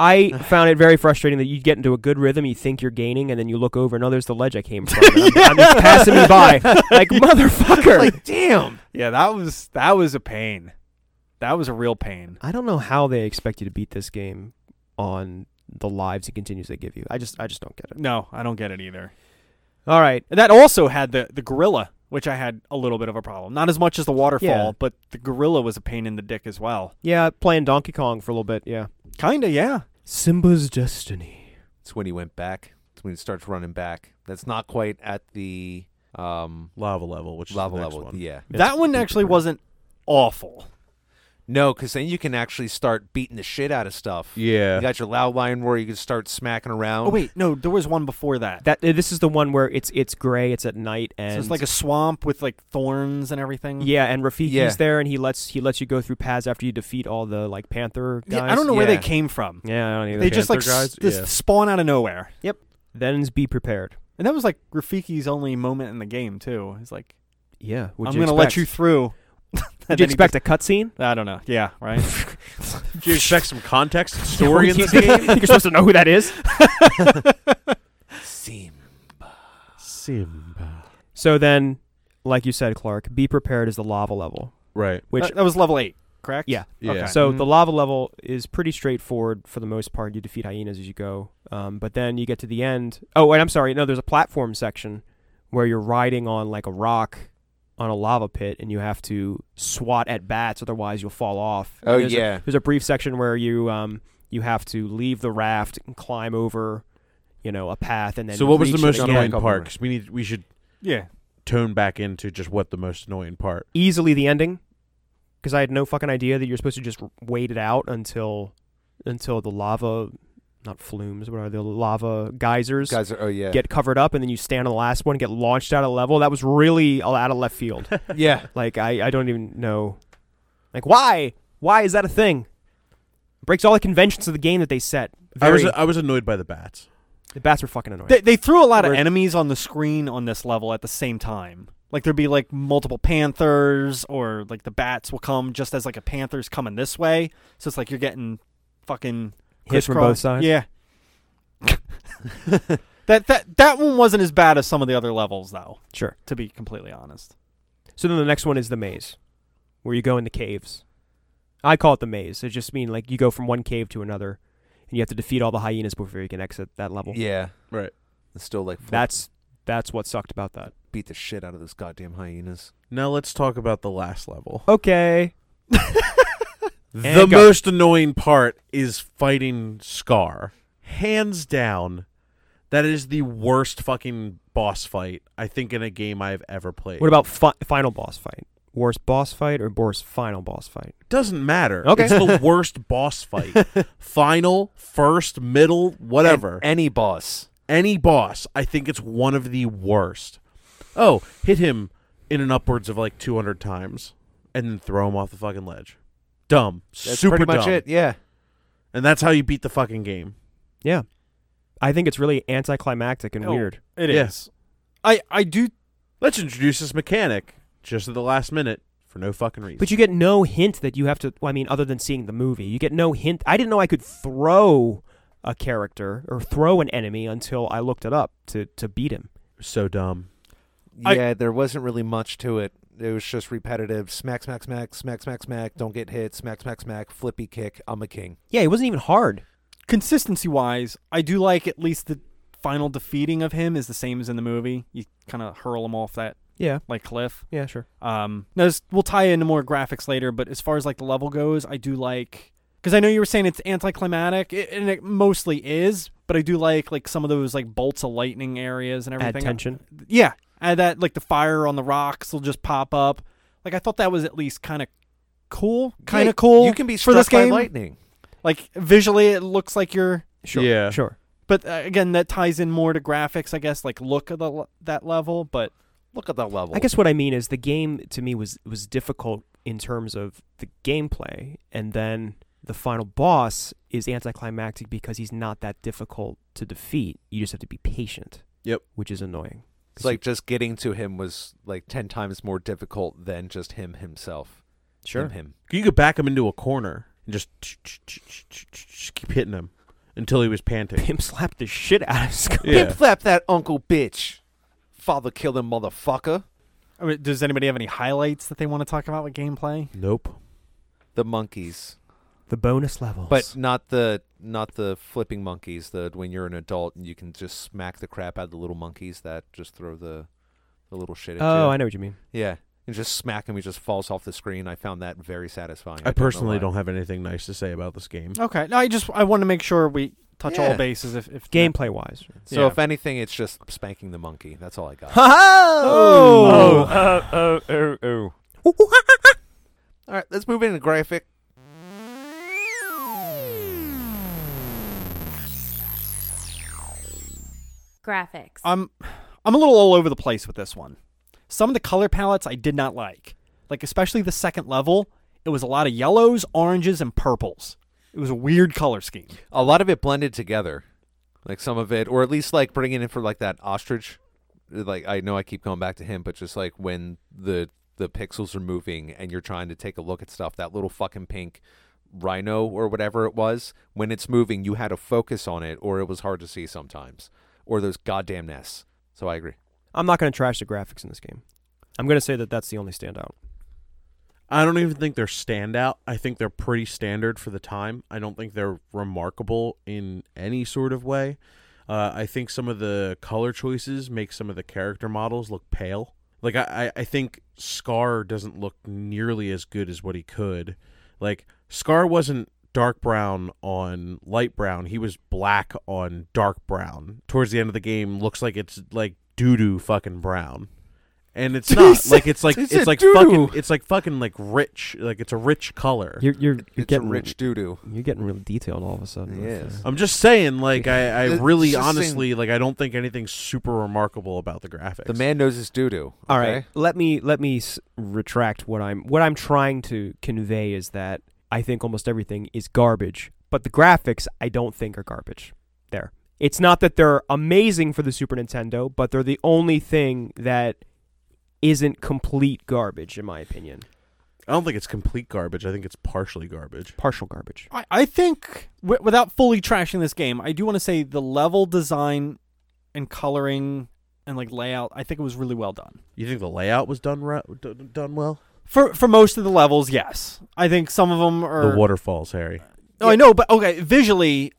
Speaker 3: I found it very frustrating that you get into a good rhythm, you think you're gaining, and then you look over, and oh, there's the ledge I came from. and I'm, I'm just passing me by, like motherfucker.
Speaker 2: damn.
Speaker 5: Yeah, that was that was a pain. That was a real pain.
Speaker 3: I don't know how they expect you to beat this game on the lives he continues to give you. I just I just don't get it.
Speaker 5: No, I don't get it either.
Speaker 3: All right.
Speaker 5: And that also had the the gorilla, which I had a little bit of a problem. Not as much as the waterfall,
Speaker 3: Yeah.
Speaker 5: but the gorilla was a pain in the dick as well.
Speaker 3: Yeah, playing Donkey Kong for a little bit. Yeah.
Speaker 5: Kinda, yeah.
Speaker 3: Simba's destiny.
Speaker 2: It's when he went back. It's when he starts running back. That's not quite at the um,
Speaker 4: Lava level, which
Speaker 2: lava
Speaker 4: is the next
Speaker 2: level.
Speaker 4: one.
Speaker 2: Yeah.
Speaker 5: that one actually wasn't awful.
Speaker 2: No, because then you can actually start beating the shit out of stuff.
Speaker 4: Yeah.
Speaker 2: You got your loud line where you can start smacking around.
Speaker 5: Oh wait, no, there was one before that.
Speaker 3: That uh, this is the one where it's it's gray. It's at night and
Speaker 5: so it's like a swamp with like thorns and everything.
Speaker 3: yeah, and Rafiki's
Speaker 2: Yeah.
Speaker 3: there, and he lets he lets you go through paths after you defeat all the like panther guys.
Speaker 5: Yeah, I don't know where they
Speaker 2: yeah.
Speaker 5: came from.
Speaker 3: Yeah, I don't either.
Speaker 5: They just like
Speaker 4: Panther guys?
Speaker 5: s- just
Speaker 4: Yeah.
Speaker 5: spawn out of nowhere.
Speaker 3: Then's be prepared.
Speaker 5: And that was like Rafiki's only moment in the game too. He's like,
Speaker 3: Yeah,
Speaker 5: "I'm gonna let you through."
Speaker 3: Did you expect a cutscene?
Speaker 5: I don't know. Yeah, right.
Speaker 4: Do you expect some context and story in this game?
Speaker 3: You're supposed to know who that is.
Speaker 2: Seam.
Speaker 4: Simba.
Speaker 3: So then, like you said, Clark, be prepared is the lava level.
Speaker 4: Right.
Speaker 3: Which
Speaker 5: that, that was level eight, correct?
Speaker 3: Yeah.
Speaker 4: Yeah.
Speaker 5: Okay.
Speaker 3: so
Speaker 2: Mhm.
Speaker 3: the lava level is pretty straightforward for the most part. You defeat hyenas as you go, um, but then you get to the end. Oh, and I'm sorry. No, there's a platform section where you're riding on like a rock on a lava pit, and you have to swat at bats, otherwise you'll fall off. And
Speaker 2: Oh,
Speaker 3: there's a-
Speaker 2: yeah.
Speaker 3: there's a brief section where you um, you have to leave the raft and climb over, you know, a path, and then
Speaker 4: So what was the
Speaker 3: reach it
Speaker 4: most
Speaker 3: again.
Speaker 4: annoying
Speaker 2: Couple
Speaker 4: part?
Speaker 2: more.
Speaker 4: 'Cause we need we should
Speaker 5: yeah.
Speaker 4: tone back into just what the most annoying part.
Speaker 3: easily the ending because I had no fucking idea that you're supposed to just wait it out until until the lava, not flumes, what are the lava geysers
Speaker 2: Guys are, oh, yeah.
Speaker 3: get covered up, and then you stand on the last one, get launched out of level. That was really all out of left field.
Speaker 2: yeah.
Speaker 3: like I, I don't even know, like why why is that a thing? Breaks all the conventions of the game that they set.
Speaker 4: I was uh,
Speaker 3: Very-
Speaker 4: I was annoyed by the bats.
Speaker 3: the bats were fucking annoying.
Speaker 5: They, they threw a lot of
Speaker 3: Where-
Speaker 5: enemies on the screen on this level at the same time. Like there'd be like multiple panthers, or like the bats will come just as like a panther's coming this way. So it's like you're getting fucking
Speaker 3: Hits from
Speaker 5: crisscross-
Speaker 3: both sides?
Speaker 5: Yeah. that that that one wasn't as bad as some of the other levels, though.
Speaker 3: Sure.
Speaker 5: To be completely honest.
Speaker 3: So then the next one is the maze, where you go in the caves. I call it the maze. It just mean like you go from one cave to another, and you have to defeat all the hyenas before you can exit that level.
Speaker 2: Yeah.
Speaker 4: Right.
Speaker 2: It's still like, fuck,
Speaker 3: That's that's what sucked about that.
Speaker 2: beat the shit out of those goddamn hyenas.
Speaker 4: Now let's talk about the last level.
Speaker 3: Okay.
Speaker 4: the
Speaker 3: go.
Speaker 4: most annoying part is fighting Scar. Hands down, that is the worst fucking boss fight I think in a game I've ever played.
Speaker 3: What about fi- final boss fight? Worst boss fight or worst final boss fight?
Speaker 4: Doesn't matter.
Speaker 3: Okay.
Speaker 4: It's the worst boss fight. Final, first, middle, whatever.
Speaker 2: And any boss.
Speaker 4: any boss, I think it's one of the worst. Oh, hit him in an upwards of like 200 times and then throw him off the fucking ledge. Dumb.
Speaker 2: That's
Speaker 4: Super
Speaker 2: pretty much
Speaker 4: dumb.
Speaker 2: it. Yeah.
Speaker 4: And that's how you beat the fucking game.
Speaker 3: Yeah, I think it's really anticlimactic and
Speaker 5: Oh.
Speaker 3: weird.
Speaker 5: It is.
Speaker 4: Yeah.
Speaker 5: I I do.
Speaker 4: Let's introduce this mechanic just at the last minute for no fucking reason.
Speaker 3: But you get no hint that you have to. Well, I mean, other than seeing the movie, you get no hint. I didn't know I could throw a character or throw an enemy until I looked it up to to beat him.
Speaker 4: so dumb.
Speaker 5: I-
Speaker 2: Yeah, there wasn't really much to it. It was just repetitive. Smack, smack, smack, smack, smack, smack. Don't get hit. Smack, smack, smack. Flippy kick. I'm a king.
Speaker 3: Yeah, it wasn't even hard.
Speaker 5: Consistency wise, I do like at least the final defeating of him is the same as in the movie. You kind of hurl him off that
Speaker 3: Yeah,
Speaker 5: like cliff.
Speaker 3: yeah, sure.
Speaker 5: Um, now this, we'll tie into more graphics later, but as far as like the level goes, I do like because I know you were saying it's anticlimactic, i and it mostly is, but I do like like some of those like bolts of lightning areas and
Speaker 3: Add
Speaker 5: everything.
Speaker 3: tension.
Speaker 5: Yeah, add that like the fire on the rocks will just pop up. Like I thought that was at least kind of cool, kind
Speaker 2: Yeah,
Speaker 5: of cool.
Speaker 2: You can be
Speaker 5: for
Speaker 2: struck
Speaker 5: this
Speaker 2: by
Speaker 5: game.
Speaker 2: lightning.
Speaker 5: Like visually, it looks like you're.
Speaker 3: Sure.
Speaker 4: Yeah.
Speaker 3: Sure.
Speaker 5: But uh, again, that ties in more to graphics, I guess. Like look of the le- that level, but
Speaker 2: Look at that level.
Speaker 3: I guess what I mean is the game to me was was difficult in terms of the gameplay, and then the final boss is anticlimactic because he's not that difficult to defeat. You just have to be patient.
Speaker 4: Yep.
Speaker 3: Which is annoying.
Speaker 2: It's like just getting to him was like ten times more difficult than just him himself. Him, him.
Speaker 4: You could back him into a corner and just keep hitting him until he was panting.
Speaker 3: Pimp slapped the shit out of Scar.
Speaker 4: Yeah.
Speaker 2: flap that uncle bitch. Father killing motherfucker.
Speaker 5: I mean, does anybody have any highlights that they want to talk about with gameplay?
Speaker 4: Nope.
Speaker 2: The monkeys.
Speaker 3: The bonus levels.
Speaker 2: But not the not the flipping monkeys. The when you're an adult and you can just smack the crap out of the little monkeys that just throw the the little shit at you.
Speaker 3: Oh, I know what you mean.
Speaker 2: Yeah. And just smack him, he just falls off the screen. I found that very satisfying.
Speaker 4: I
Speaker 2: don't know
Speaker 4: personally
Speaker 2: why.
Speaker 4: don't have anything nice to say about this
Speaker 3: Oh.
Speaker 4: game.
Speaker 5: Okay. No, I just I want to make sure we touch all
Speaker 2: Yeah.
Speaker 5: bases. If, if
Speaker 3: Gameplay wise,
Speaker 2: So
Speaker 5: Yeah.
Speaker 2: if anything, it's just spanking the monkey. That's all I got.
Speaker 5: Oh!
Speaker 2: oh, oh, oh, oh. All right, let's move into graphic.
Speaker 1: Graphics.
Speaker 5: I'm I'm a little all over the place with this one. Some of the color palettes I did not like. Like especially the second level, it was a lot of yellows, oranges, and purples. It was a weird color scheme.
Speaker 2: A lot of it blended together, like some of it, or at least like bringing in for like that ostrich. Like I know I keep going back to him, but just like when the the pixels are moving and you're trying to take a look at stuff, that little fucking pink rhino or whatever it was, when it's moving, you had to focus on it, or it was hard to see sometimes, or those goddamn nests. So I agree.
Speaker 3: I'm not going to trash the graphics in this game. I'm going to say that that's the only standout.
Speaker 4: I don't even think they're standout. I think they're pretty standard for the time. I don't think they're remarkable in any sort of way. Uh, I think some of the color choices make some of the character models look pale. Like I, I I think Scar doesn't look nearly as good as what he could. Like Scar wasn't dark brown on light brown. He was black on dark brown. Towards the end of the game, looks like it's like doo doo fucking brown. And it's not like it's like
Speaker 2: He
Speaker 4: it's
Speaker 2: said
Speaker 4: like
Speaker 2: doo-doo.
Speaker 4: fucking it's like fucking like rich like it's a rich color.
Speaker 3: You're you're, you're
Speaker 2: It's
Speaker 3: getting
Speaker 2: rich doo doo.
Speaker 3: You're getting real detailed all of a sudden. with
Speaker 2: Yes.
Speaker 3: the-
Speaker 4: I'm just saying, like I, I
Speaker 2: It's
Speaker 4: really
Speaker 2: just saying-
Speaker 4: honestly like I don't think anything's super remarkable about the graphics.
Speaker 2: The man knows his doo doo.
Speaker 3: All right, let me let me s- retract what I'm what I'm trying to convey is that I think almost everything is garbage, but the graphics I don't think are garbage. There, it's not that they're amazing for the Super Nintendo, but they're the only thing that isn't complete garbage in my opinion.
Speaker 4: I don't think it's complete garbage. I think it's partially garbage.
Speaker 3: Partial garbage.
Speaker 5: I, I think w- without fully trashing this game, I do want to say the level design and coloring and like layout, I think it was really well done.
Speaker 4: You think the layout was done right, d- done well?
Speaker 5: For for most of the levels, yes. I think some of them are
Speaker 4: the waterfalls, Harry.
Speaker 5: Oh, I know, but okay, visually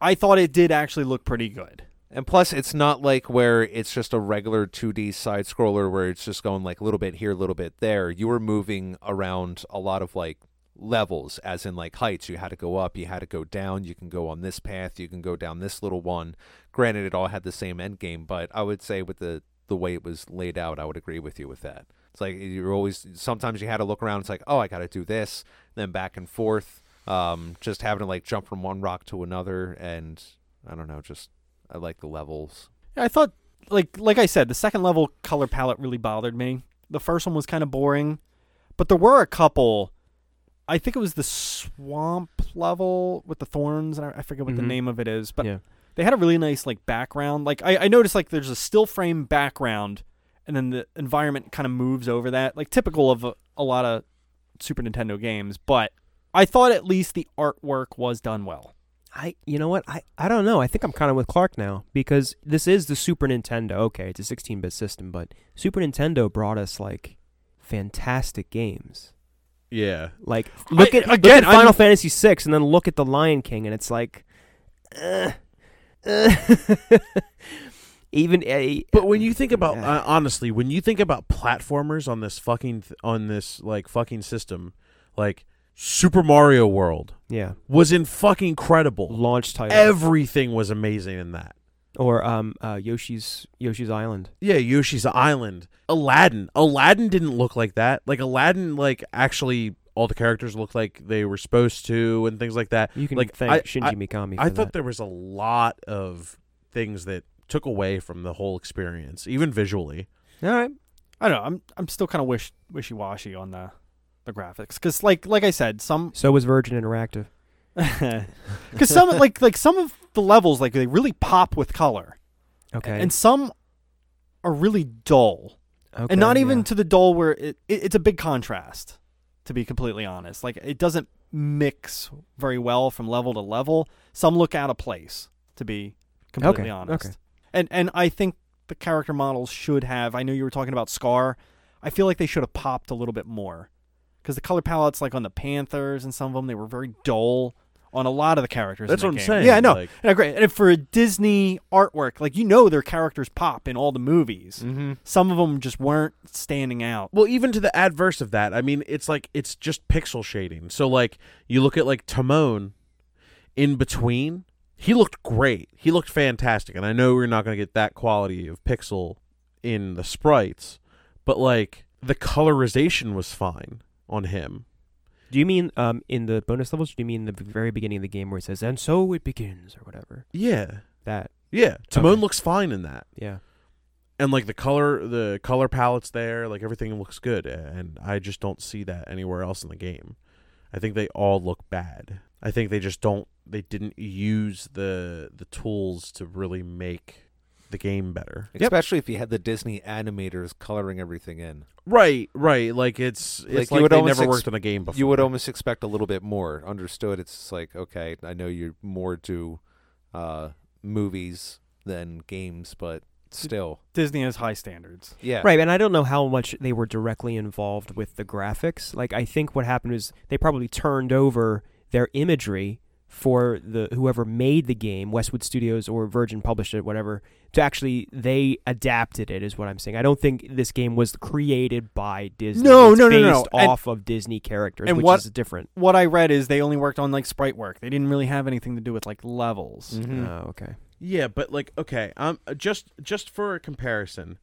Speaker 5: I thought it did actually look pretty good.
Speaker 2: And plus, it's not like where it's just a regular 2D side scroller where it's just going like a little bit here, a little bit there. You were moving around a lot of like levels, as in like heights. You had to go up, you had to go down. You can go on this path, you can go down this little one. Granted, it all had the same end game, but I would say with the the way it was laid out, I would agree with you with that. It's like you're always sometimes you had to look around. It's like oh, I got to do this, then back and forth. Um, just having to like jump from one rock to another, and I don't know, just I like the levels.
Speaker 5: Yeah, I thought like like I said, the second level color palette really bothered me. The first one was kind of boring, but there were a couple. I think it was the swamp level with the thorns, and I, I forget what
Speaker 3: Mhm.
Speaker 5: the name of it is, but
Speaker 3: yeah.
Speaker 5: they had a really nice like background. Like I, I noticed like there's a still frame background, and then the environment kind of moves over that, like typical of a, a lot of Super Nintendo games. But I thought at least the artwork was done well.
Speaker 3: I you know what I I don't know I think I'm kind of with Clark now because this is the Super Nintendo. Okay, it's a 16-bit system, but Super Nintendo brought us like fantastic games.
Speaker 4: Yeah,
Speaker 3: Like look
Speaker 5: I-
Speaker 3: at again
Speaker 5: again,
Speaker 3: Final
Speaker 5: I'm-
Speaker 3: Fantasy VI, and then look at The Lion King, and it's like, uh, uh, even a
Speaker 4: but when you think about
Speaker 3: Yeah.
Speaker 4: uh, honestly, when you think about platformers on this fucking th- on this like fucking system, like Super Mario World
Speaker 3: yeah
Speaker 4: was in fucking credible.
Speaker 3: launch title
Speaker 4: Everything was amazing in that.
Speaker 3: or um uh, Yoshi's Yoshi's Island.
Speaker 4: Yeah, Yoshi's Island. Aladdin. Aladdin didn't look like that. Like Aladdin, like actually, all the characters looked like they were supposed to, and things like that.
Speaker 3: You can
Speaker 4: like
Speaker 3: thank
Speaker 4: I,
Speaker 3: Shinji
Speaker 4: I,
Speaker 3: Mikami. For
Speaker 4: I thought
Speaker 3: that.
Speaker 4: there was a lot of things that took away from the whole experience, even visually.
Speaker 3: all right.
Speaker 5: I don't know. I'm I'm still kind of wish wishy washy on the the graphics because like like I said, some
Speaker 3: So was Virgin Interactive.
Speaker 5: because some like like some of the levels like they really pop with color,
Speaker 3: Okay,
Speaker 5: and some are really dull,
Speaker 3: okay,
Speaker 5: and not even
Speaker 3: yeah.
Speaker 5: to the dull where it, it it's a big contrast. To be completely honest, like it doesn't mix very well from level to level. Some look out of place. To be completely
Speaker 3: Okay,
Speaker 5: honest,
Speaker 3: okay.
Speaker 5: and and I think the character models should have. I know you were talking about Scar. I feel like they should have popped a little bit more because the color palettes, like on the Panthers and some of them, they were very dull. on a lot of the characters.
Speaker 4: That's
Speaker 5: in
Speaker 4: what
Speaker 5: that
Speaker 4: I'm
Speaker 5: game.
Speaker 4: saying,
Speaker 5: Yeah, I know.
Speaker 4: like-
Speaker 5: and I agree. And for a Disney artwork, like you know, their characters pop in all the movies.
Speaker 2: Mm-hmm.
Speaker 5: Some of them just weren't standing out.
Speaker 4: Well, even to the adverse of that, I mean, it's like it's just pixel shading. So like you look at like Timon in between, he looked great. He looked fantastic. And I know we're not going to get that quality of pixel in the sprites, but like the colorization was fine on him.
Speaker 3: Do you mean um, in the bonus levels? Or do you mean the very beginning of the game where it says "and so it begins" or whatever?
Speaker 4: Yeah.
Speaker 3: That,
Speaker 4: Yeah, Timon
Speaker 3: Okay.
Speaker 4: looks fine in that.
Speaker 3: yeah.
Speaker 4: And like the color the color palette's there, like everything looks good and I just don't see that anywhere else in the game. I think they all look bad. I think they just don't they didn't use the the tools to really make the game better.
Speaker 2: Especially if you had the Disney animators coloring everything in.
Speaker 4: Right, right. Like it's
Speaker 2: Like,
Speaker 4: it's
Speaker 2: you
Speaker 4: like,
Speaker 2: would
Speaker 4: they
Speaker 2: almost
Speaker 4: never
Speaker 2: ex-
Speaker 4: worked on a game before.
Speaker 2: You would almost expect a little bit more. Understood. It's just like okay, I know you're more to uh, movies than games, but still,
Speaker 5: Disney has high standards.
Speaker 2: yeah,
Speaker 3: Right, and I don't know how much they were directly involved with the graphics. Like I think what happened is they probably turned over their imagery for the whoever made the game, Westwood Studios or Virgin published it, whatever, to actually they adapted it is what I'm saying. I don't think this game was created by Disney.
Speaker 5: No,
Speaker 3: It's
Speaker 5: no, no,
Speaker 3: based
Speaker 5: no. And-
Speaker 3: off of Disney characters,
Speaker 5: and
Speaker 3: which
Speaker 5: what-
Speaker 3: is different.
Speaker 5: What I read is they only worked on like sprite work. They didn't really have anything to do with like levels.
Speaker 2: Mhm.
Speaker 3: Oh, okay.
Speaker 4: Yeah, but like okay, um just just for a comparison,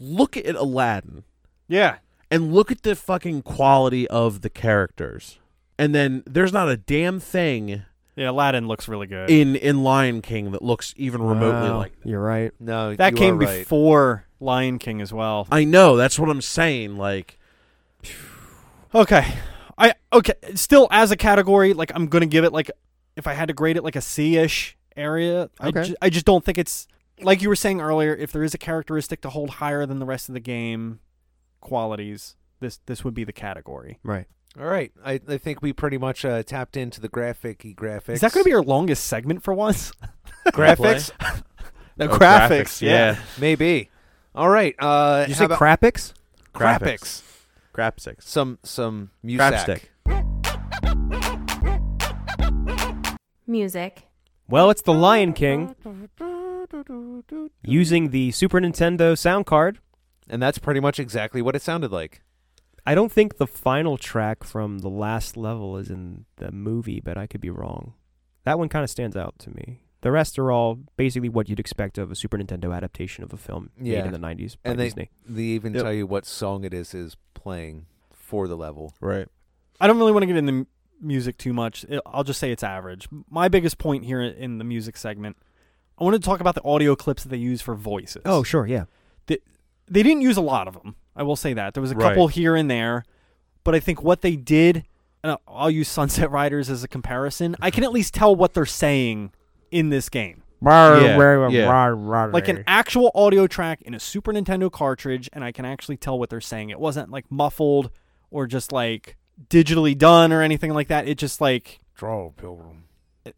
Speaker 4: look at Aladdin.
Speaker 5: Yeah,
Speaker 4: and look at the fucking quality of the characters. And then there's not a damn thing
Speaker 5: yeah. Aladdin looks really good.
Speaker 4: in in Lion King that looks even remotely
Speaker 3: Wow,
Speaker 4: like.
Speaker 3: You're right.
Speaker 2: No,
Speaker 5: that
Speaker 2: you
Speaker 5: came
Speaker 2: are right.
Speaker 5: before Lion King as well.
Speaker 4: I know that's what I'm saying. Like,
Speaker 5: Okay. I okay. Still as a category, like I'm gonna give it like if I had to grade it like a C ish area. I,
Speaker 3: Okay.
Speaker 5: ju- I just don't think it's like you were saying earlier, if there is a characteristic to hold higher than the rest of the game qualities, this this would be the category.
Speaker 3: Right.
Speaker 2: All right, I, I think we pretty much uh, tapped into the graphic graphics.
Speaker 5: Is that gonna be our longest segment for once?
Speaker 2: graphics?
Speaker 5: No
Speaker 4: Oh,
Speaker 5: graphics, yeah.
Speaker 2: Maybe. All right. Uh,
Speaker 3: Did you
Speaker 2: how
Speaker 3: say
Speaker 2: about
Speaker 3: graphics?
Speaker 2: graphics?
Speaker 4: graphics,
Speaker 2: Some some music.
Speaker 4: crapstick.
Speaker 1: Music.
Speaker 3: Well, it's The Lion King using the Super Nintendo sound card.
Speaker 2: And that's pretty much exactly what it sounded like.
Speaker 3: I don't think the final track from the last level is in the movie, but I could be wrong. That one kind of stands out to me. The rest are all basically what you'd expect of a Super Nintendo adaptation of a film
Speaker 2: Yeah.
Speaker 3: made in the 90s by
Speaker 2: And they
Speaker 3: Disney.
Speaker 2: they even
Speaker 4: Yep.
Speaker 2: tell you what song it is is playing for the level.
Speaker 4: Right.
Speaker 5: I don't really want to get into m- music too much. I- I'll just say it's average. My biggest point here in the music segment, I wanted to talk about the audio clips that they use for voices.
Speaker 3: Oh, sure, yeah.
Speaker 5: they didn't use a lot of them. I will say that there was a
Speaker 4: Right.
Speaker 5: couple here and there, but I think what they did, and I- I'll use Sunset Riders as a comparison. I can at least tell what they're saying in this game,
Speaker 4: Yeah, yeah.
Speaker 5: like an actual audio track in a Super Nintendo cartridge, and I can actually tell what they're saying. It wasn't like muffled or just like digitally done or anything like that. It just like
Speaker 2: Draw pilgrim.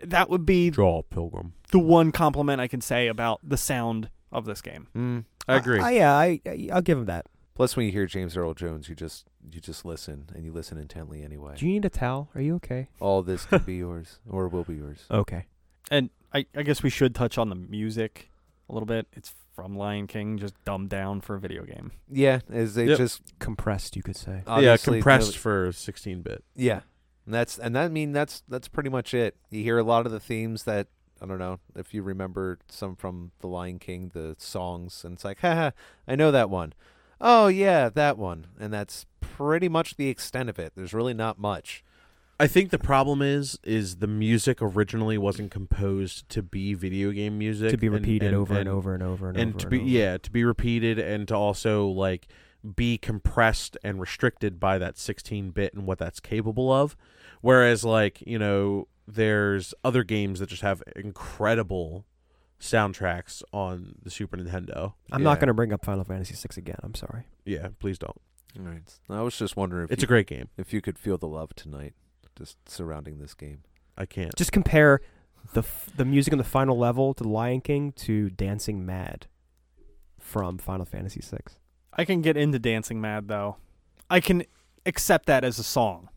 Speaker 5: that would be
Speaker 4: Draw pilgrim.
Speaker 5: the one compliment I can say about the sound of this game.
Speaker 2: Mm.
Speaker 4: I agree.
Speaker 3: I, yeah, I, I, I'll give him that.
Speaker 2: Plus, when you hear James Earl Jones, you just you just listen and you listen intently anyway.
Speaker 3: Do you need a towel? Are you okay?
Speaker 2: All this can be yours or will be yours.
Speaker 3: Okay.
Speaker 5: And I, I guess we should touch on the music a little bit. It's from Lion King, just dumbed down for a video game.
Speaker 2: Yeah, as they
Speaker 4: Yep.
Speaker 2: just
Speaker 3: Compressed, you could say.
Speaker 4: yeah,
Speaker 2: obviously
Speaker 4: compressed for 16 bit.
Speaker 2: Yeah, and that's and that I mean that's that's pretty much it. You hear a lot of the themes that I don't know if you remember some from The Lion King, the songs, and it's like, haha, I know that one. Oh yeah, that one, and that's pretty much the extent of it. There's really not much.
Speaker 4: I think the problem is is the music originally wasn't composed to be video game music
Speaker 3: To be
Speaker 4: and-
Speaker 3: repeated over and over and over and,
Speaker 4: and
Speaker 3: over
Speaker 4: to
Speaker 3: and
Speaker 4: be
Speaker 3: over.
Speaker 4: yeah to be repeated and to also like be compressed and restricted by that 16 bit and what that's capable of whereas like you know there's other games that just have incredible soundtracks on the Super Nintendo
Speaker 3: I'm not
Speaker 2: Yeah.
Speaker 3: going to bring up Final Fantasy VI again. I'm sorry.
Speaker 4: yeah please don't
Speaker 2: All right, I was just wondering if
Speaker 4: it's
Speaker 2: you,
Speaker 4: a great game
Speaker 2: if you could feel the love tonight, just surrounding this game.
Speaker 4: I can't
Speaker 3: Just compare the f- the music on the final level to Lion King to Dancing Mad from Final Fantasy VI.
Speaker 5: I can get into Dancing Mad, though. I can accept that as a song.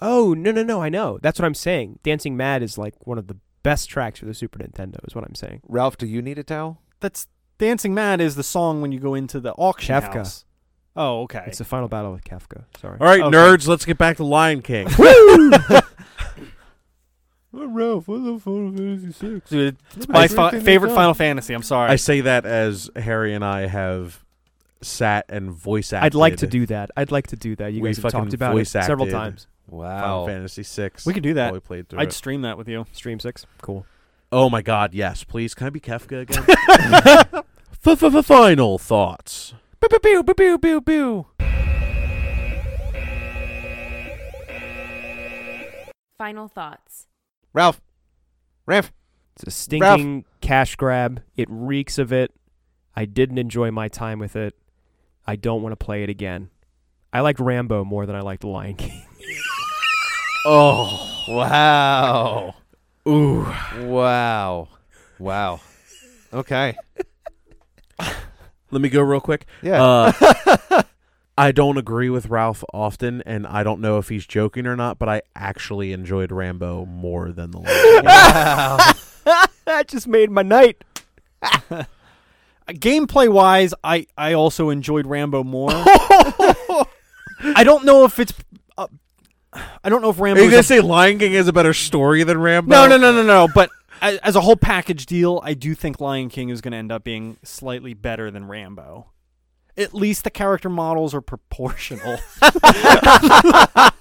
Speaker 3: Oh no no no! I know. That's what I'm saying. Dancing Mad is like one of the best tracks for the Super Nintendo. Is what I'm saying.
Speaker 2: Ralph, do you need a towel?
Speaker 5: That's Dancing Mad is the song when you go into the auction
Speaker 3: Kafka.
Speaker 5: house. Oh, okay.
Speaker 3: It's the final battle with Kafka. Sorry.
Speaker 4: All right,
Speaker 5: Okay.
Speaker 4: nerds, let's get back to Lion King.
Speaker 2: Ralph, what the
Speaker 5: Dude, it's my
Speaker 2: Everything
Speaker 5: fi-
Speaker 2: is
Speaker 5: favorite
Speaker 2: up.
Speaker 5: Final Fantasy. I'm sorry.
Speaker 4: I say that as Harry and I have sat and voice acted.
Speaker 3: I'd like to do that. I'd like to do that. You
Speaker 4: We
Speaker 3: guys have
Speaker 4: fucking
Speaker 3: talked about it
Speaker 4: voice
Speaker 3: several
Speaker 4: acted.
Speaker 3: times.
Speaker 4: Final
Speaker 2: Wow.
Speaker 4: Fantasy Six.
Speaker 5: we could do
Speaker 4: while
Speaker 5: that.
Speaker 4: we played through
Speaker 5: I'd
Speaker 4: it.
Speaker 5: stream that with you.
Speaker 3: Stream six. Cool.
Speaker 4: Oh my God! Yes, please. Can I be Kefka again? F- f- f- Final thoughts.
Speaker 2: Boo, boo, boo, boo, boo, boo.
Speaker 1: Final thoughts.
Speaker 2: Ralph, Ralph,
Speaker 3: It's a stinking cash grab. It reeks of it. I didn't enjoy my time with it. I don't want to play it again. I liked Rambo more than I liked The Lion King.
Speaker 2: Oh, wow.
Speaker 4: Ooh.
Speaker 2: Wow. Wow. Okay.
Speaker 4: Let me go real quick.
Speaker 2: Yeah.
Speaker 4: Uh, I don't agree with Ralph often, and I don't know if he's joking or not. But I actually enjoyed Rambo more than the Lion King.
Speaker 2: wow.
Speaker 3: that just made my night.
Speaker 5: Gameplay wise, Uh, I I also enjoyed Rambo more. I don't know if it's. Uh, I don't know if
Speaker 4: Are
Speaker 5: Rambo.
Speaker 4: you gonna say Lion King has a better story than Rambo?
Speaker 5: no, no, no, no, no. But as, as a whole package deal, I do think Lion King is going to end up being slightly better than Rambo. At least the character models are proportional. uh,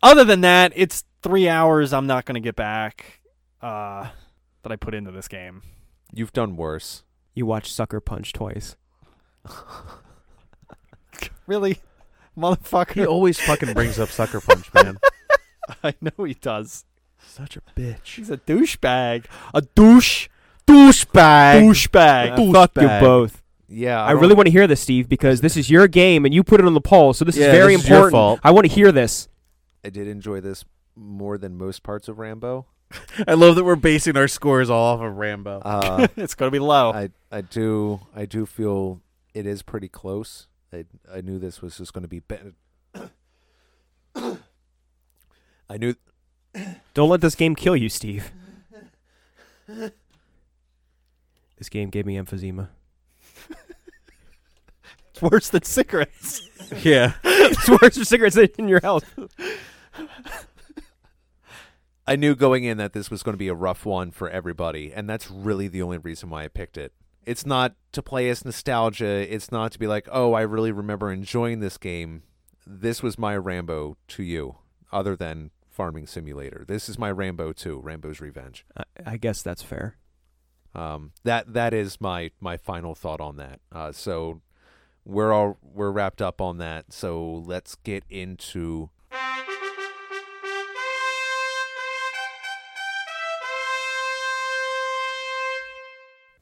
Speaker 5: other than that, it's three hours. I'm not going to get back uh, that I put into this game.
Speaker 2: You've done worse.
Speaker 3: You watched Sucker Punch twice.
Speaker 5: Really, motherfucker.
Speaker 4: He always fucking brings up Sucker Punch, man.
Speaker 5: I know he does.
Speaker 4: Such a bitch.
Speaker 5: He's a douchebag. A douche. Douchebag.
Speaker 4: Douchebag.
Speaker 5: Douchebag.
Speaker 3: Uh, Fuck you both.
Speaker 2: Yeah.
Speaker 3: I really want to hear this, Steve, because this is your game and you put it on the poll, so this
Speaker 4: Yeah,
Speaker 3: is very
Speaker 4: this is your
Speaker 3: important.
Speaker 4: fault.
Speaker 3: I want to hear this.
Speaker 2: I did enjoy this more than most parts of Rambo.
Speaker 4: I love that we're basing our scores all off of
Speaker 3: Oh.
Speaker 4: Rambo.
Speaker 2: Uh,
Speaker 5: it's gonna be low.
Speaker 2: I I do I do feel it is pretty close. I I knew this was just going to be better. I knew
Speaker 3: Don't let this game kill you, Steve. this game gave me emphysema.
Speaker 5: It's worse than cigarettes.
Speaker 4: yeah.
Speaker 3: it's worse for cigarettes than in your house.
Speaker 2: I knew going in that this was going to be a rough one for everybody, and that's really the only reason why I picked it. It's not to play as nostalgia. It's not to be like, oh, I really remember enjoying this game. This was my Rambo to you, other than Farming Simulator. This is my Rambo 2, Rambo's Revenge.
Speaker 3: I, I guess that's fair.
Speaker 2: um, that that is my my final thought on that. Uh, so we're all we're wrapped up on that. So let's get into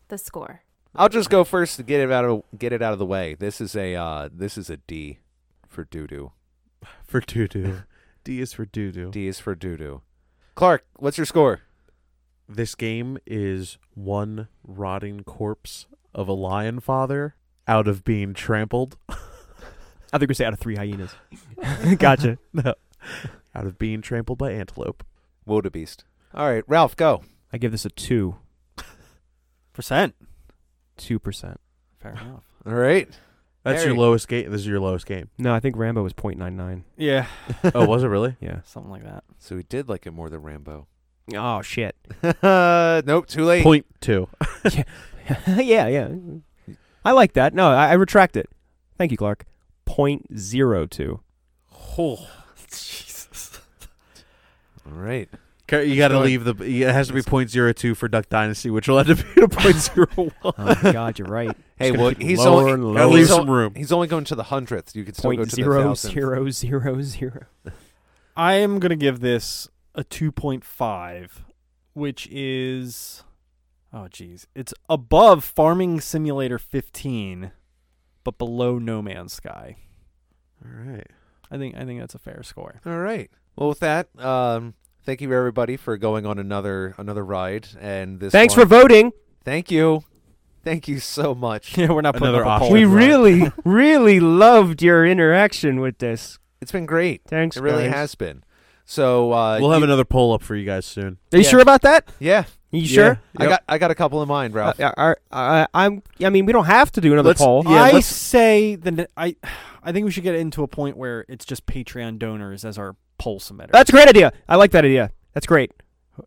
Speaker 1: The score.
Speaker 2: I'll just go first to get it out of get it out of the way. This is a uh, this is a D for doo doo.
Speaker 4: For doo doo. D is for doo doo.
Speaker 2: D is for doo doo. Clark, what's your score?
Speaker 4: This game is one rotting corpse of a lion father out of being trampled,
Speaker 3: I think we say out of three hyenas. gotcha.
Speaker 4: out of being trampled by antelope.
Speaker 2: Wildebeest. All right, Ralph, go.
Speaker 3: I give this a two,
Speaker 5: Percent.
Speaker 3: two percent.
Speaker 5: Fair enough.
Speaker 2: All right,
Speaker 4: That's
Speaker 2: Harry.
Speaker 4: your lowest game. This is your lowest game.
Speaker 3: No, I think Rambo was 0.99.
Speaker 5: Yeah,
Speaker 4: Oh, was it really?
Speaker 3: Yeah.
Speaker 5: something like that.
Speaker 2: so we did like it more than Rambo.
Speaker 3: Oh shit.
Speaker 2: nope, too late.
Speaker 4: Point two.
Speaker 3: yeah, yeah. I like that. No, I, I retract it. Thank you, Clark. Point zero two.
Speaker 5: Jesus.
Speaker 2: All right,
Speaker 4: Ca- You got to
Speaker 2: Sorry.
Speaker 4: leave the. It has to be point zero two for Duck Dynasty, which will end up being a point zero one.
Speaker 3: Oh my God, you're right.
Speaker 2: hey,
Speaker 3: gonna
Speaker 2: well,
Speaker 3: keep
Speaker 2: he's
Speaker 3: lower
Speaker 2: only
Speaker 3: and
Speaker 4: Gotta
Speaker 3: lower.
Speaker 4: leave
Speaker 2: he's,
Speaker 4: some
Speaker 2: on-
Speaker 4: room.
Speaker 2: he's only going to the hundredth. You can still go
Speaker 3: Point
Speaker 2: to the
Speaker 3: zero
Speaker 2: thousandth.
Speaker 3: zero zero zero.
Speaker 5: I am gonna give this a two point five, which is, oh geez, it's above Farming Simulator 15, but below No Man's Sky.
Speaker 4: All right.
Speaker 5: I think I think that's a fair score.
Speaker 2: All right. Well, with that, um, thank you everybody for going on another another ride. And this.
Speaker 3: Thanks for
Speaker 2: one-
Speaker 3: voting.
Speaker 2: Thank you. Thank you so much.
Speaker 5: Yeah, we're not putting
Speaker 4: Another
Speaker 5: up a
Speaker 4: option.
Speaker 5: poll.
Speaker 4: We
Speaker 5: Right.
Speaker 4: really-
Speaker 3: really loved your interaction with this.
Speaker 2: It's been great.
Speaker 3: Thanks.
Speaker 2: It really has been. So uh,
Speaker 4: we'll have
Speaker 2: you-
Speaker 4: another poll up for you guys soon.
Speaker 3: Are you
Speaker 5: Yeah.
Speaker 3: sure about that?
Speaker 2: Yeah,
Speaker 3: You sure?
Speaker 2: I got I got a couple in mind, Ralph.
Speaker 3: Uh, I, I, am I mean, we don't have to do another
Speaker 4: Let's-
Speaker 3: poll.
Speaker 4: yeah,
Speaker 5: I
Speaker 4: let's-
Speaker 5: say the I, I think we should get into a point where it's just Patreon donors as our poll submitter.
Speaker 3: That's a great idea. I like that idea. That's great.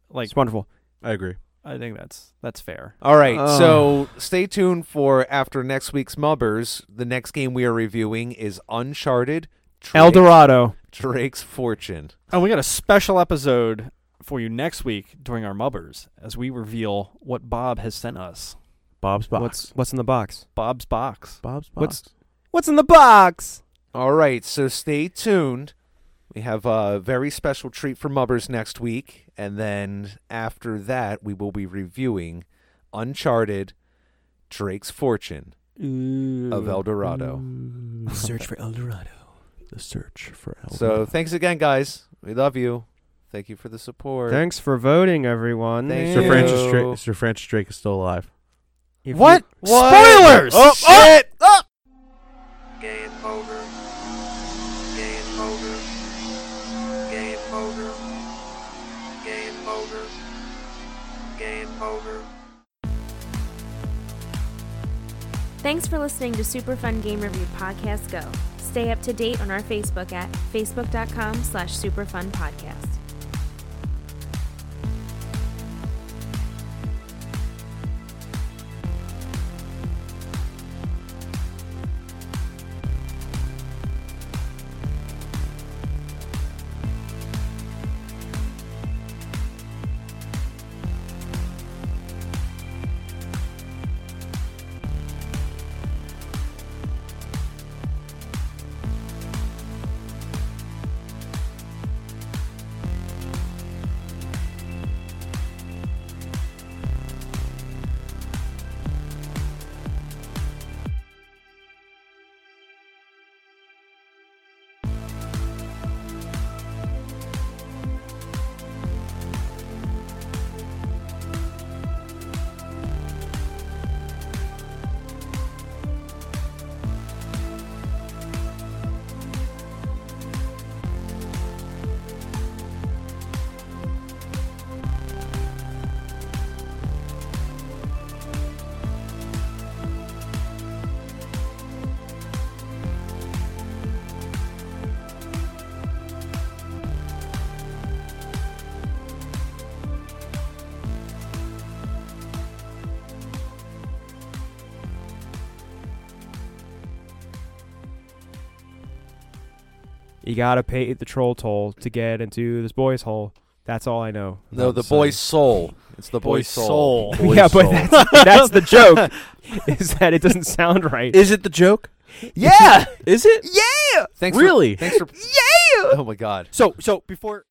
Speaker 5: like
Speaker 3: It's wonderful.
Speaker 4: I agree.
Speaker 5: I think that's that's fair.
Speaker 2: All right,
Speaker 4: Uh.
Speaker 3: Oh.
Speaker 2: so stay tuned for after next week's Mubbers. The next game we are reviewing is Uncharted Drake,
Speaker 3: El Dorado.
Speaker 2: Drake's Fortune.
Speaker 5: And we got a special episode for you next week during our mubbers as we reveal what Bob has sent us.
Speaker 4: Bob's box.
Speaker 3: What's what's in the box?
Speaker 5: Bob's box.
Speaker 4: Bob's box?
Speaker 3: what's- What's in the box?
Speaker 2: All right, so stay tuned. We have a very special treat for Mubbers next week, and then after that, we will be reviewing Uncharted Drake's Fortune of El Dorado.
Speaker 3: Search for El Dorado.
Speaker 4: the search for El
Speaker 2: So thanks again, guys. We love you. Thank you for the support.
Speaker 3: Thanks for voting, everyone.
Speaker 2: Thanks.
Speaker 4: Sir
Speaker 2: you.
Speaker 4: Francis Drake. Sir Francis Drake is still alive.
Speaker 3: If
Speaker 5: What?
Speaker 3: you-
Speaker 5: Spoilers!
Speaker 2: Oh, shit! Oh!
Speaker 6: Game over. Game over. Game over. Game over. Game over.
Speaker 1: Thanks for listening to Super Fun Game Review Podcast Go. Stay up to date on our Facebook at facebook.com slash superfunpodcast.
Speaker 3: You gotta pay the troll toll to get into this boy's hole. That's all I know.
Speaker 2: No,
Speaker 3: about
Speaker 2: the
Speaker 3: Sonny.
Speaker 2: boy's soul. It's the boy's,
Speaker 5: Boy's soul.
Speaker 2: Boy's
Speaker 3: yeah, but
Speaker 2: soul.
Speaker 3: that's, that's the joke. Is that it doesn't sound right?
Speaker 4: Is it the joke?
Speaker 3: yeah.
Speaker 4: Is it?
Speaker 3: Yeah.
Speaker 2: Thanks
Speaker 4: Really?
Speaker 2: For, thanks for.
Speaker 3: Yeah.
Speaker 2: Oh my God.
Speaker 5: So so before